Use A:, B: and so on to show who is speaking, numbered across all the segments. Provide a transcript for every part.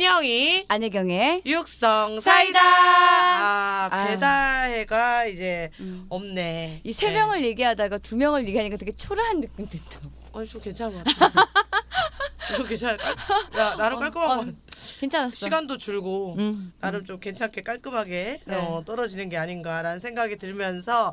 A: 안녕이
B: 안혜경의
A: 육성 사이다.
B: 사이다.
A: 아,
B: 아.
A: 배다해가 이제
B: 음.
A: 없네.
B: 이 세
A: 네.
B: 명을 얘기하다가 두 명을 얘기하니까 되게 초라한 느낌 든다.
A: 아니 네. 어, 좀 괜찮은 것 같아. 좀 괜찮아. 야, 나름 깔끔한 것 같아.
B: 괜찮았어.
A: 시간도 아, 줄고
B: 어, 음.
A: 나름 좀 괜찮게 깔끔하게
B: 네.
A: 어, 떨어지는 게 아닌가라는 생각이 들면서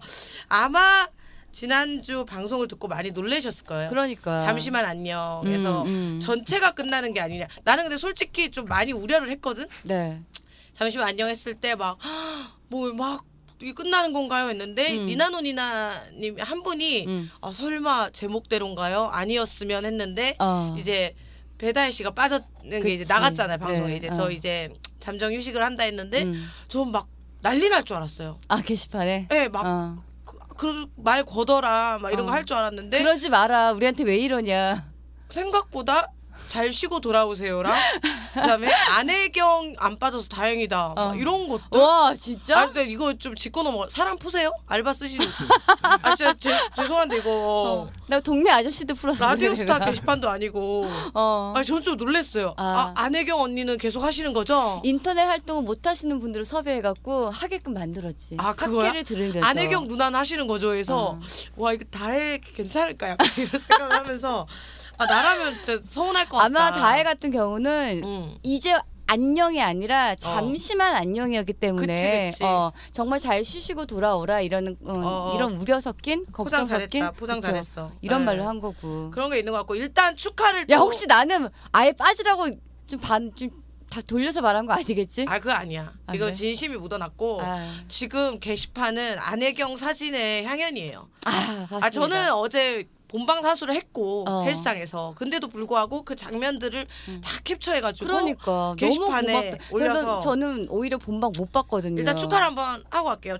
A: 아마 지난주 방송을 듣고 많이 놀라셨을 거예요.
B: 그러니까.
A: 잠시만 안녕. 그래서
B: 음, 음.
A: 전체가 끝나는 게 아니냐. 나는 근데 솔직히 좀 많이 우려를 했거든.
B: 네. 잠시만
A: 안녕했을 때막뭐막 이게 끝나는 건가요 했는데
B: 음.
A: 니나노니나님 한 분이
B: 음.
A: 아 설마 제목대로인가요? 아니었으면 했는데
B: 어.
A: 이제 배다혜 씨가 빠졌는 게 이제
B: 그치.
A: 나갔잖아요 방송에
B: 네,
A: 이제
B: 어.
A: 저 이제 잠정 휴식을 한다 했는데
B: 음.
A: 좀 막 난리 날 줄 알았어요.
B: 아 게시판에.
A: 예, 막
B: 어.
A: 그 말 거더라 막 이런
B: 어.
A: 거 할 줄 알았는데
B: 그러지 마라. 우리한테 왜 이러냐.
A: 생각보다 잘 쉬고 돌아오세요랑 그다음에 안혜경 안 빠져서 다행이다 막
B: 어.
A: 이런 것도
B: 와 진짜?
A: 아, 근데 이거 좀 짚고 넘어. 사람 푸세요? 알바 쓰시는 분. 아, 진짜 제, 죄송한데 이거
B: 어. 나 동네 아저씨도 풀었어.
A: 라디오스타 게시판도 아니고.
B: 어.
A: 아, 저는 좀 놀랐어요.
B: 아.
A: 아. 안혜경 언니는 계속 하시는 거죠?
B: 인터넷 활동을 못 하시는 분들을 섭외해갖고 하게끔 만들었지.
A: 아, 그거야?
B: 학계를 들으면서.
A: 안혜경 누나는 하시는 거죠? 해서
B: 어.
A: 와 이거 다혜 괜찮을까? 약간 이런 생각을 하면서 아 나라면 진짜 서운할 것 같다. 어.
B: 아마 다혜 음. 같은 경우는
A: 응.
B: 이제 안녕이 아니라 잠시만 안녕이었기 때문에
A: 어. 그치, 그치.
B: 어, 정말 잘 쉬시고 돌아오라 이런 어,
A: 어, 어.
B: 이런 우려 섞인 걱정
A: 포장
B: 섞인
A: 잘했다. 포장
B: 그쵸?
A: 잘했어.
B: 이런
A: 네.
B: 말로 한 거고.
A: 그런 게 있는 것 같고 일단 축하를
B: 야
A: 또-
B: 혹시 나는 아예 빠지라고 좀 반 좀 다 돌려서 말한 거 아니겠지?
A: 아 그거 아니야.
B: 아,
A: 이거
B: 그래?
A: 진심이 묻어났고
B: 아,
A: 지금 게시판은 안혜경 사진의 향연이에요.
B: 아, 봤습니다.
A: 아 저는 어제 본방 사수를 했고
B: 어. 음.
A: 헬스장에서 근데도 불구하고 그 장면들을 다 캡처해가지고
B: 그러니까 너무
A: 게시판에
B: 고맙다. 저는,
A: 올려서-
B: 저는 오히려 본방 못 봤거든요.
A: 일단 축하를 한번 하고 갈게요.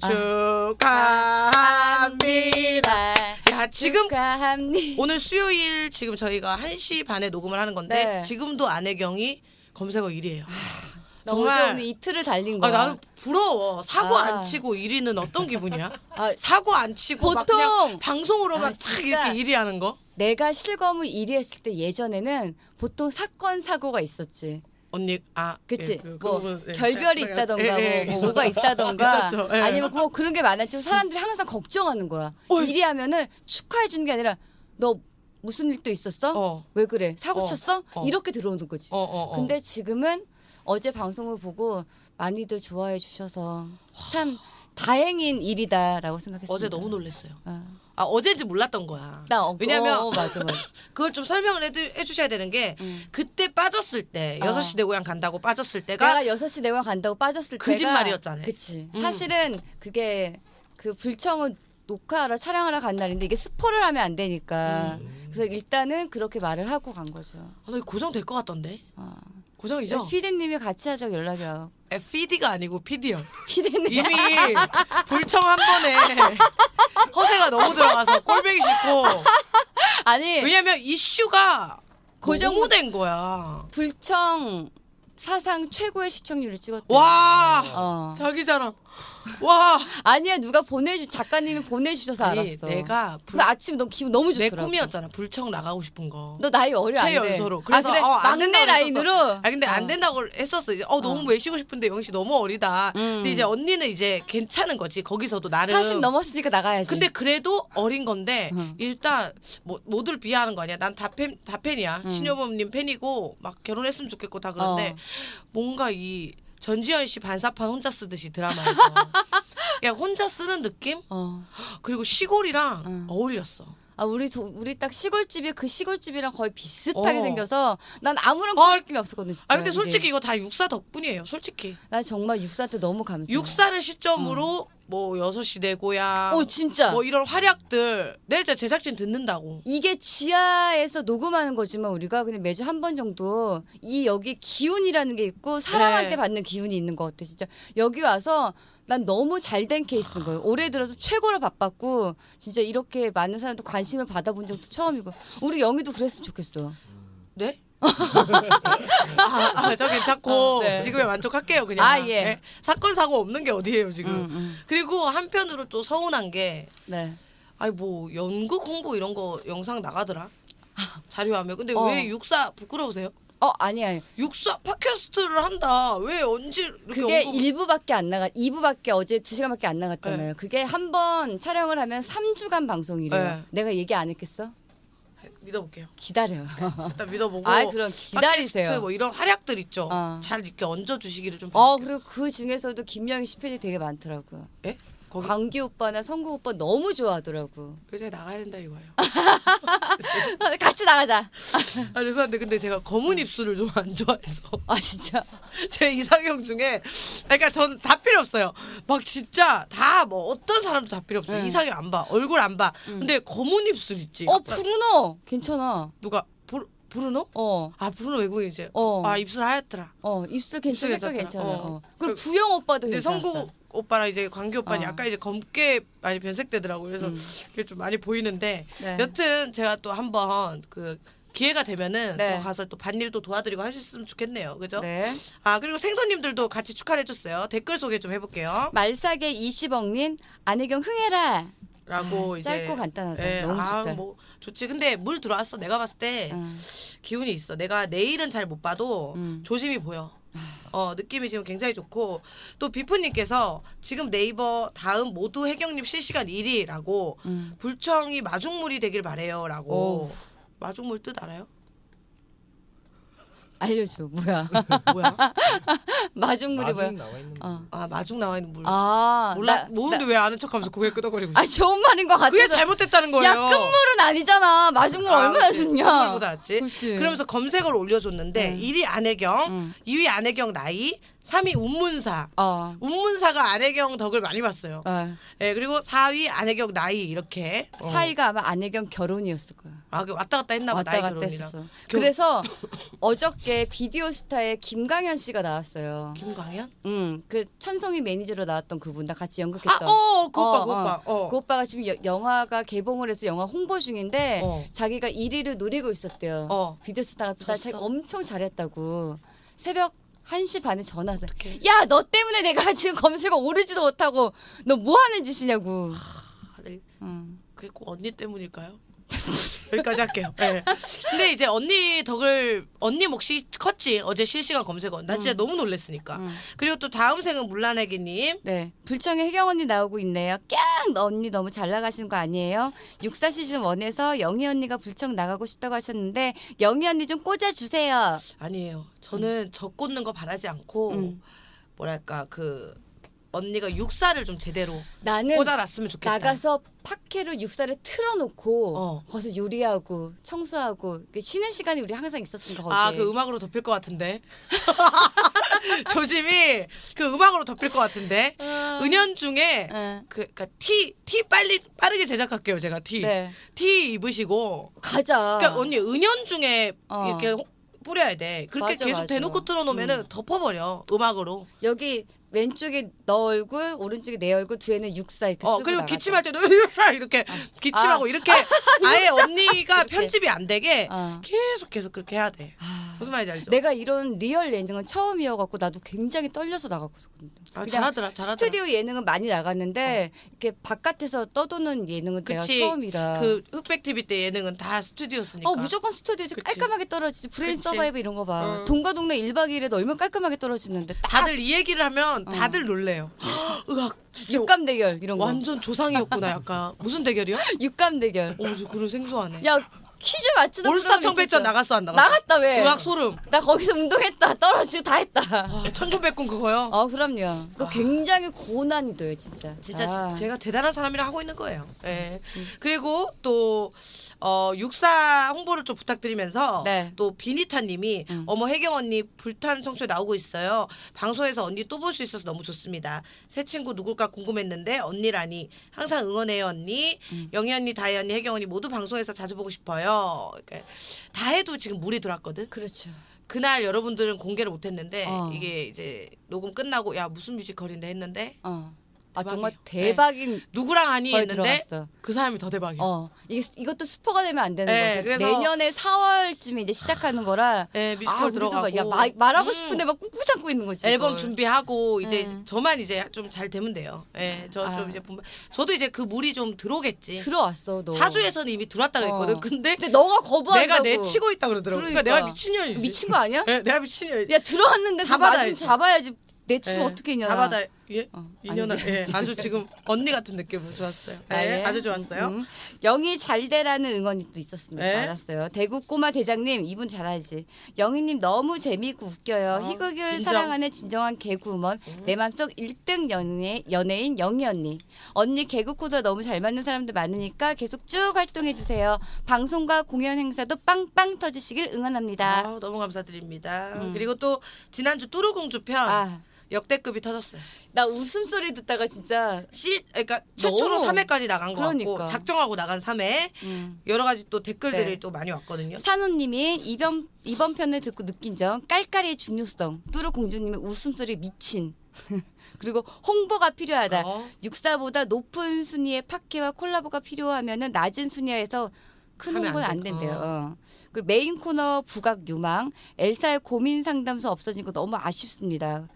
B: 아.
A: 축하합니다. 야 지금
B: 네. 축하합니다.
A: 오늘 수요일 지금 저희가 1시 반에 녹음을 하는 건데
B: 네.
A: 지금도 안혜경이 검색어 1위예요.
B: 정말
A: 정말-
B: 오늘 이틀을 달린
A: 아,
B: 거야.
A: 나는 부러워. 사고
B: 아.
A: 안 치고 1위는 어떤 기분이야?
B: 아,
A: 사고 안 치고 막
B: 보통-
A: 그냥 방송으로만
B: 아,
A: 탁
B: 진짜.
A: 이렇게 1위 하는 거?
B: 내가 실검을 1위 했을 때 예전에는 보통 사건 사고가 있었지.
A: 언니 아
B: 그치?
A: 예, 그-
B: 뭐
A: 그거는, 예,
B: 결별이
A: 제가-
B: 있다던가
A: 예, 예,
B: 뭐,
A: 있었죠.
B: 뭐 뭐가 있다던가
A: 있었죠. 예.
B: 아니면 뭐 그런 게 많았죠. 사람들이 항상 걱정하는 거야.
A: 어이.
B: 1위 하면은 축하해 주는 게 아니라 너 무슨 일도 있었어?
A: 어.
B: 왜 그래? 사고
A: 어.
B: 쳤어?
A: 어.
B: 이렇게 들어오는 거지.
A: 어, 어, 어.
B: 근데 지금은 어제 방송을 보고 많이들 좋아해 주셔서 참 다행인 일이다라고 생각했습니다.
A: 어제 너무 놀랐어요.
B: 아.
A: 아 어제인지 몰랐던 거야.
B: 나 어,
A: 왜냐면-
B: 어, 맞아 맞아.
A: 그걸 좀 설명을 해드, 해주셔야 되는 게
B: 음.
A: 그때 빠졌을 때
B: 어.
A: 여섯 시내 고향 간다고 빠졌을 때가 그
B: 내가 6시 내가 간다고 빠졌을 때가
A: 거짓말이었잖아요.
B: 그치.
A: 음.
B: 사실은 그게 그 불청은 녹화하러 촬영하러 간 날인데 이게 스포를 하면 안 되니까.
A: 음.
B: 그래서 일단은 그렇게 말을 하고 간 거죠.
A: 아, 나 이거 고정될 것 같던데.
B: 아.
A: 고정이죠?
B: 피디님이 같이 하자고 연락이 와요.
A: PD가 아니고 PD요.
B: 피디님.
A: 이미 불청 한 번에 허세가 너무 들어가서 꼴보기 싫고
B: 아니
A: 왜냐면 이슈가
B: 고정-
A: 고정된 거야.
B: 불청 사상 최고의 시청률을 찍었대.
A: 와
B: 어.
A: 자기 자랑. 와
B: 아니야 누가 보내주 작가님이 보내주셔서
A: 아니,
B: 알았어.
A: 내가 불,
B: 그래서 아침 너무 기분 너무
A: 내
B: 좋더라고.
A: 꿈이었잖아. 불청 나가고 싶은 거.
B: 너 나이 어려 안 돼.
A: 최연소로.
B: 아
A: 그래서
B: 그래
A: 어, 안
B: 막내
A: 된다고
B: 라인으로.
A: 아 근데 안
B: 어.
A: 된다고 했었어. 이제 어 너무
B: 어.
A: 외치고 싶은데 영희 씨 너무 어리다.
B: 음.
A: 근데 이제 언니는 이제 괜찮은 거지. 거기서도 나름.
B: 40 넘었으니까 나가야지.
A: 근데 그래도 어린 건데
B: 음.
A: 일단 뭐 모두를 비하하는 거 아니야. 난 다 팬 다 팬이야.
B: 음.
A: 신효범님 팬이고 막 결혼했으면 좋겠고 다 그런데
B: 어.
A: 뭔가 이 전지현 씨 반사판 혼자 쓰듯이 드라마에서 그냥 혼자 쓰는 느낌
B: 어.
A: 그리고 시골이랑
B: 음.
A: 어울렸어.
B: 아 우리 도, 우리 딱 시골집이 그 시골집이랑 거의 비슷하게
A: 어.
B: 생겨서 난 아무런
A: 아,
B: 느낌이 없었거든 진짜.
A: 아 근데 솔직히
B: 이게.
A: 이거 다 육사 덕분이에요. 솔직히
B: 난 정말 육사한테 너무 감사.
A: 육사를 시점으로 뭐 여섯 시 내 고향
B: 어 진짜.
A: 뭐 이런 활약들 내 진짜 제작진 듣는다고.
B: 이게 지하에서 녹음하는 거지만 우리가 그냥 매주 한 번 정도 이 여기 기운이라는 게 있고 사람한테
A: 네.
B: 받는 기운이 있는 것 같아 진짜 여기 와서 난 너무 잘 된 케이스인 거예요 올해 들어서 최고로 바빴고 진짜 이렇게 많은 사람들 관심을 받아본 적도 처음이고 우리 영희도 그랬으면 좋겠어
A: 네? 아, 아, 저 괜찮고
B: 아, 네.
A: 지금에 만족할게요 그냥.
B: 아, 예.
A: 네. 사건 사고 없는 게 어디예요 지금.
B: 음, 음.
A: 그리고 한편으로 또 서운한 게
B: 네
A: 아니 뭐 연극 홍보 이런 거 영상 나가더라 자료화면. 근데
B: 어.
A: 왜 육사 부끄러우세요?
B: 어, 어 아니야. 아니.
A: 육사 팟캐스트를 한다. 왜 언제 이렇게
B: 그게
A: 언급을-
B: 일부밖에 안 나가 2부밖에 어제 2시간밖에 안 나갔잖아요. 그게 한 번 촬영을 하면 3주간 방송이래요.
A: 네.
B: 내가 얘기 안 했겠어?
A: 믿어볼게요.
B: 기다려요.
A: 일단 믿어보고.
B: 아, 그럼
A: 팟캐스트
B: 기다리세요.
A: 뭐 이런 활약들 있죠.
B: 어.
A: 잘 이렇게 얹어주시기를 좀.
B: 어,
A: 바랄게요.
B: 그리고 그 중에서도 김명희 씨 팬이 되게 많더라고요.
A: 예? 거기
B: 광기 오빠나 성국 오빠 너무 좋아하더라고.
A: 이제 나가야 된다 이거예요.
B: 같이 나가자.
A: 아 죄송한데 근데 제가
B: 네.
A: 검은 입술을 좀 안 좋아해서
B: 아, 진짜.
A: 제 이상형 중에 그러니까 전 다 필요 없어요. 막 진짜 다 뭐 어떤 사람도 다 필요 없어요.
B: 응.
A: 이상형 안 봐, 얼굴 안 봐. 근데 검은 입술 있지.
B: 네. 음. 어,
A: 약간
B: 브루노. 괜찮아.
A: 누가 보르 보르노?
B: 어.
A: 아 보르노 외국인이지.
B: 어.
A: 아 입술 하얗더라.
B: 어, 입술
A: 입술
B: 괜찮아. 색깔
A: 괜찮더라.
B: 괜찮아.
A: 어.
B: 어. 그리고
A: 그-
B: 구영 오빠도
A: 근데
B: 괜찮아.
A: 성국 오빠랑 이제 광기 오빠는
B: 어.
A: 약간 이제 검게 많이 변색되더라고. 그래서
B: 음.
A: 그게 좀 많이 보이는데
B: 네.
A: 여튼 제가 또 한번 그 기회가 되면은
B: 네.
A: 또 가서 또 반일도 도와드리고 하셨으면 좋겠네요. 그죠?
B: 네.
A: 아 그리고 생도님들도 같이 축하를 해줬어요. 댓글 소개 좀 해볼게요.
B: 말싸게 20억님 안혜경 흥해라.
A: 라고
B: 아,
A: 이제
B: 짧고 간단하다.
A: 예,
B: 너무
A: 아,
B: 좋다.
A: 뭐 좋지. 근데 물 들어왔어. 내가 봤을 때
B: 응.
A: 기운이 있어. 내가 내일은 잘 못 봐도
B: 음.
A: 조심히 보여.
B: 아.
A: 어 느낌이 지금 굉장히 좋고 또 비프님께서 지금 네이버 다음 모두 해경님 실시간 1위라고
B: 음.
A: 불청이 마중물이 되길 바래요라고
B: 오우.
A: 마중물 뜻 알아요?
B: 알려줘 뭐야
A: 뭐야?
B: 마중물이 뭐야
C: 나중 나와 있는
B: 어.
A: 아 마중 나와 있는 물.
B: 아
A: 몰라
B: 나-
A: 모르는데
B: 나-
A: 왜 아는 척하면서 고개 끄덕거리고. 있어.
B: 아 좋은 말인 것
A: 그게
B: 같아서
A: 잘못됐다는 거예요.
B: 야 끝물은 아니잖아 마중물
A: 아,
B: 얼마나
A: 그치.
B: 좋냐
A: 끝물고 낫지.
B: 그치.
A: 그러면서 검색어를 올려줬는데
B: 음.
A: 1위 안혜경,
B: 음.
A: 2위 안혜경 나이, 3위 운문사.
B: 어.
A: 운문사가 안혜경 덕을 많이 봤어요.
B: 어.
A: 예, 그리고 4위 안혜경 나이 이렇게 어.
B: 사이가 아마 안혜경 결혼이었을 거야
A: 아, 그 왔다 갔다 했나 봐.
B: 왔다
A: 나이
B: 갔다
A: 결혼이랑.
B: 했었어
A: 결혼-
B: 그래서 어저께 비디오스타에 김강현 씨가 나왔어요
A: 김광현?
B: 음그 천성이 매니저로 나왔던 그분 나 같이
A: 아,
B: 연극했던
A: 어, 그 오빠,
B: 어,
A: 그 오빠. 어.
B: 그 오빠가 지금 여- 영화가 개봉을 해서 영화 홍보 중인데
A: 어.
B: 자기가 1위를 노리고 있었대요.
A: 어.
B: 비디오스타가 나
A: 졌어?
B: 자기가 엄청 잘했다고 새벽 1시 반에 전화해서
A: 어떡해.
B: 야 너 때문에 내가 지금 검색어 오르지도 못하고 너 뭐 하는 짓이냐고.
A: 아, 네.
B: 음.
A: 그게 꼭 언니 때문일까요? 여기까지 할게요. 예. 근데 이제 언니 덕을 언니 몫이 컸지 어제 실시간 검색어. 나 진짜 너무 놀랬으니까.
B: 음.
A: 그리고 또 다음 생은 물란애기님.
B: 네 불청의 혜경 언니 나오고 있네요. 깍 너 언니 너무 잘 나가시는 거 아니에요? 육사 시즌 1에서 영희 언니가 불청 나가고 싶다고 하셨는데 영희 언니 좀 꽂아 주세요.
A: 아니에요. 저는 저 꽂는 거 바라지 않고
B: 음.
A: 뭐랄까 그 언니가 육사를 좀 제대로
B: 나는
A: 꽂아놨으면 좋겠다.
B: 네. 나가서 팟캐로 육사를 틀어놓고
A: 어.
B: 거기서 요리하고 청소하고 이렇게 쉬는 시간이 우리 항상 있었으니까 거기.
A: 아, 그 음악으로 덮일 것 같은데. 조심히 그 음악으로 덮일 것 같은데. 은연 중에
B: 응.
A: 그 그러니까 티, 티 빨리 빠르게 제작할게요, 제가 티.
B: 네.
A: 티 입으시고
B: 가자.
A: 그러니까 언니 은연 중에
B: 어.
A: 이렇게 호- 뿌려야 돼. 그렇게
B: 맞아,
A: 계속
B: 맞아. 음.
A: 대놓고 틀어놓으면은 덮어버려 음악으로.
B: 여기 왼쪽에 너 얼굴, 오른쪽에 내 얼굴, 뒤에는 육사 이렇게
A: 어
B: 쓰고 아,
A: 그리고
B: 나가자.
A: 기침할 때도 이렇게 이렇게 기침하고 이렇게 아예 언니가
B: 이렇게.
A: 편집이 안 되게
B: 어.
A: 계속 계속 그렇게 해야 돼.
B: 아,
A: 무슨 말인지 알죠?
B: 내가 이런 리얼 예능은 처음이어갖고 나도 굉장히 떨려서 나갔거든요.
A: 아, 잘하더라, 잘하더라. 어.
B: 스튜디오 예능은 많이 나갔는데 이렇게 바깥에서 떠도는 예능은
A: 그치.
B: 내가 처음이라.
A: 그 흑백 TV 때 예능은 다 스튜디오였으니까.
B: 어 무조건 스튜디오에서
A: 그치.
B: 깔끔하게 떨어지지 브레인
A: 그치.
B: 서바이브 이런 거 봐.
A: 어.
B: 동과 동네 1박 2일에도 얼마나 깔끔하게 떨어지는데 딱
A: 다들 이 얘기를 하면 다들 놀래요. 으악, 진짜
B: 어. 육감 대결 이런 거.
A: 완전 조상이었구나, 약간. 무슨 대결이요?
B: 육감 대결.
A: 오, 저 그런 생소하네.
B: 야 퀴즈 맞추는
A: 올스타
B: 프로그램
A: 청백전
B: 있었어.
A: 나갔어, 안 나갔어?
B: 나갔다 왜?
A: 으악, 소름.
B: 나 거기서 운동했다 떨어지고 다 했다.
A: 와, 천조백군 그거요?
B: 어 그럼요. 그거 굉장히 고난이도요 진짜.
A: 진짜
B: 아.
A: 제가 대단한 사람이라 하고 있는 거예요.
B: 음.
A: 예. 그리고 또 어, 육사 홍보를 좀 부탁드리면서
B: 네. 음.
A: 또 비니타님이 어머 혜경 언니 불타는 청춘 나오고 있어요. 방송에서 언니 또 볼 수 있어서 너무 좋습니다. 새 친구 누굴까 궁금했는데 언니라니 항상 응원해요 언니.
B: 음.
A: 영희 언니, 다혜 언니, 혜경 언니 모두 방송에서 자주 보고 싶어요. 그러니까 다혜도 지금 물이 들어왔거든.
B: 그렇죠.
A: 그날 여러분들은 공개를 못했는데
B: 어.
A: 이게 이제 녹음 끝나고 야 무슨 뮤지컬인데 했는데
B: 어. 아 정말
A: 대박이에요. 네.
B: 대박인
A: 누구랑 하니
B: 거에
A: 했는데
B: 들어갔어.
A: 그 사람이 더 대박이야.
B: 어 이게 이것도 스포가 되면 안 되는
A: 네,
B: 거죠.
A: 그래서-
B: 내년에 4월쯤에 이제 시작하는 거라.
A: 예, 뮤지컬
B: 아, 우리도 막,
A: 들어가고
B: 야, 마- 말하고
A: 음,
B: 싶은데 막 꾹꾹 참고 있는 거지.
A: 앨범
B: 이걸.
A: 준비하고 이제
B: 네.
A: 저만 이제 좀 잘 되면 돼요. 예, 저 좀
B: 아.
A: 이제 분발. 저도 이제 그 물이 좀 들어오겠지.
B: 들어왔어 너.
A: 사주에서는 이미 들어왔다 그랬거든.
B: 어.
A: 근데
B: 근데 너가 거부한다고.
A: 내가 내치고 있다 그러더라고. 그러니까, 내가
B: 그러니까.
A: 미친년이지.
B: 미친 거 아니야?
A: 예, 내가 미친년이지.
B: 야 들어왔는데
A: 다
B: 그나좀
A: 받아야지.
B: 잡아야지. 내치면
A: 예,
B: 어떻게 했냐.
A: 다 받아. 예.
B: 어,
A: 인연아,
B: 아닌데.
A: 예, 아주 지금 언니 같은 느낌 좋았어요. 예,
B: 아, 예.
A: 아주 좋았어요.
B: 음, 음. 영희 잘되라는 응원이 또 있었습니다.
A: 네.
B: 알았어요. 대구 꼬마 대장님 이분 잘 알지. 영희님 너무 재미있고 웃겨요.
A: 어,
B: 희극을
A: 인정.
B: 사랑하는 진정한 개그우먼 내 맘속 1등 연예, 연예인 영희 언니. 언니 개그 코드 너무 잘 맞는 사람들 많으니까 계속 쭉 활동해 주세요. 방송과 공연 행사도 빵빵 터지시길 응원합니다.
A: 아, 너무 감사드립니다.
B: 음.
A: 그리고 또 지난주 뚜루공주 편
B: 아,
A: 역대급이 터졌어요.
B: 나 웃음소리 듣다가 진짜
A: 시, 그러니까 최초로
B: 너무-
A: 3회까지 나간 거 같고
B: 그러니까.
A: 작정하고 나간 3회
B: 음.
A: 여러 가지 또 댓글들이
B: 네.
A: 또 많이 왔거든요.
B: 산호님이 이번 이번 편을 듣고 느낀 점 깔깔이의 중요성 뚜루 공주님의 웃음소리 미친 그리고 홍보가 필요하다
A: 어.
B: 육사보다 높은 순위의 팟캐와 콜라보가 필요하면은 낮은 순위에서 큰
A: 하면
B: 홍보는
A: 안
B: 안
A: 돼.
B: 된대요. 어. 그리고 메인 코너 부각 요망 엘사의 고민 상담소 없어진 거 너무 아쉽습니다.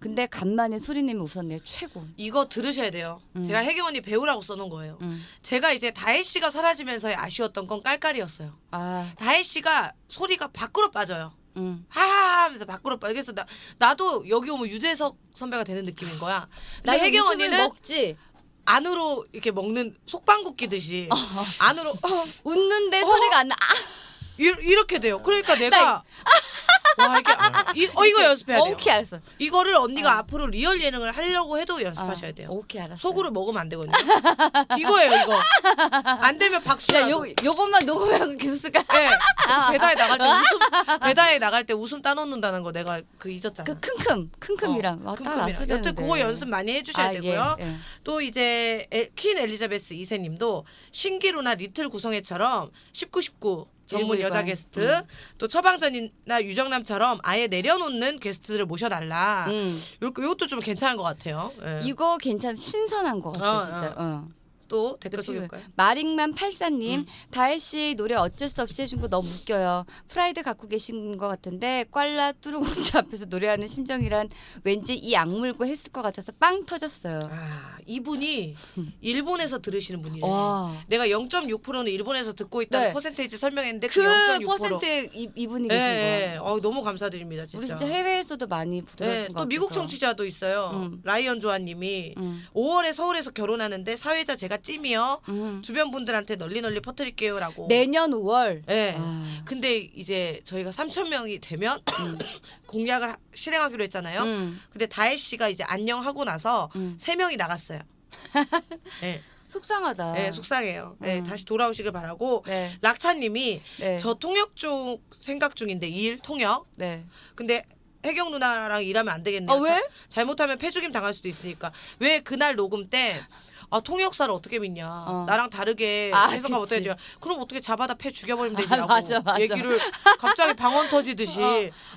B: 근데 간만에 소리님이 웃었네요. 최고.
A: 이거 들으셔야 돼요.
B: 음.
A: 제가 혜경 언니 배우라고 써놓은 거예요.
B: 음.
A: 제가 이제 다혜 씨가 사라지면서의 아쉬웠던 건 깔깔이었어요.
B: 아,
A: 다혜 씨가 소리가 밖으로 빠져요.
B: 음.
A: 하하 하면서 밖으로 빠져. 그래서 나, 나도 여기 오면 유재석 선배가 되는 느낌인 거야. 근데
B: 나는
A: 혜경
B: 웃음을
A: 언니는
B: 네, 먹지.
A: 안으로 이렇게 먹는 속빵국 끼듯이 안으로 어,
B: 웃는데 소리가 안 나. 아,
A: 이, 이렇게 돼요. 그러니까 내가 와 이게 아, 이, 어 이거 연습해야 돼요.
B: 오케이 알았어.
A: 이거를 언니가 앞으로 리얼 예능을 하려고 해도 연습하셔야 돼요.
B: 아, 오케이 알았어.
A: 속으로 먹으면 안 되거든요. 이거예요, 이거. 안 되면 박수.
B: 야, 아.
A: 야,
B: 요 요것만 녹음하고 계속 쓸까?
A: 예. 배다에 나갈 때 웃음 배다에 나갈 때 웃음 따놓는다는 거 내가 그 잊었잖아.
B: 그 킁킁 킁킁이랑 어, 따라
A: 큼큼이랑.
B: 놨어야
A: 여튼
B: 되는데.
A: 그거 연습 많이 해주셔야
B: 아, 예,
A: 되고요.
B: 예.
A: 또 이제 에- 퀸 엘리자베스 2세님도 신기루나 리틀 구성애처럼 19, 19 전문
B: 일구일관.
A: 여자 게스트
B: 음.
A: 또 처방전이나 유정남처럼 아예 내려놓는 게스트들을 모셔달라.
B: 음.
A: 요, 요것도 좀 괜찮은 것 같아요. 예.
B: 이거 괜찮 신선한 것 같아
A: 어,
B: 진짜. 어.
A: 또
B: 근데
A: 댓글
B: 필요해.
A: 소개할까요? 음.
B: 마링만 팔사님 다혜 씨 노래 어쩔 수 없이 해준 거 너무 웃겨요. 프라이드 갖고 계신 것 같은데 꽐라 뚜루공주 앞에서 노래하는 심정이란 왠지 이 악물고 했을 것 같아서 빵 터졌어요. 음.
A: 아, 예. 이분이 일본에서 들으시는 분이에요.
B: 와.
A: 내가 0.6%는 일본에서 듣고 있다는
B: 네.
A: 퍼센테이지 설명했는데 그,
B: 그
A: 0.6%.
B: 퍼센트 이- 이분이
A: 예,
B: 계신 거.
A: 예. 어, 너무 감사드립니다, 진짜.
B: 우리 진짜 해외에서도 많이 들었을
A: 예,
B: 것
A: 또 미국
B: 같아서.
A: 청취자도 있어요.
B: 음.
A: 라이언 조아님이
B: 음.
A: 5월에 서울에서 결혼하는데 사회자 제가 찜이요.
B: 음.
A: 주변 분들한테 널리 널리 퍼뜨릴게요라고.
B: 내년 5월.
A: 예.
B: 네. 아.
A: 근데 이제 저희가 3천 명이 되면 공약을 하- 실행하기로 했잖아요.
B: 음.
A: 근데 다혜 씨가 이제 안녕 하고 나서
B: 음.
A: 세 명이 나갔어요. 예,
B: 속상하다.
A: 예, 속상해요. 예,
B: 아. 음.
A: 다시 돌아오시길 바라고.
B: 네.
A: 락차님이
B: 네.
A: 저 통역 쪽 생각 중인데 일 통역.
B: 네.
A: 근데 혜경 누나랑 일하면 안 되겠네요.
B: 아, 왜?
A: 자- 잘못하면 폐죽임 당할 수도 있으니까. 왜 그날 녹음 때 아, 통역사를 어떻게 믿냐.
B: 어.
A: 나랑 다르게
B: 아,
A: 해석하면
B: 그치.
A: 어떻게 되냐. 그럼 어떻게 잡아다 폐 죽여버리면
B: 아,
A: 되지라고
B: 맞아, 어. 맞아.
A: 얘기를 갑자기 방언 터지듯이.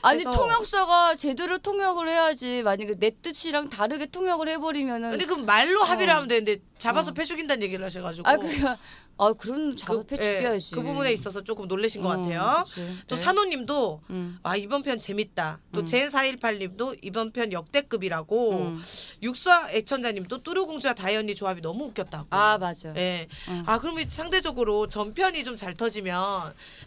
B: 아니
A: 해서-
B: 통역사가 제대로 통역을 해야지 만약에 내 뜻이랑 다르게 통역을 해버리면은
A: 근데 그 말로 합의를
B: 어.
A: 하면 되는데 잡아서 폐 죽인다는 얘기를 하셔가지고.
B: 아 그냥 아 그런 작업해
A: 예,
B: 죽여야지
A: 그 부분에 있어서 조금 놀라신 것
B: 어,
A: 같아요.
B: 그치.
A: 또
B: 네.
A: 산호님도
B: 음,
A: 아 이번 편 재밌다. 또
B: 음.
A: 젠418님도 이번 편 역대급이라고.
B: 음.
A: 육사 애천자님도 뚜루공주와 다이언니 조합이 너무 웃겼다고.
B: 아 맞아
A: 예.
B: 음.
A: 아 그러면 상대적으로 전편이 좀 잘 터지면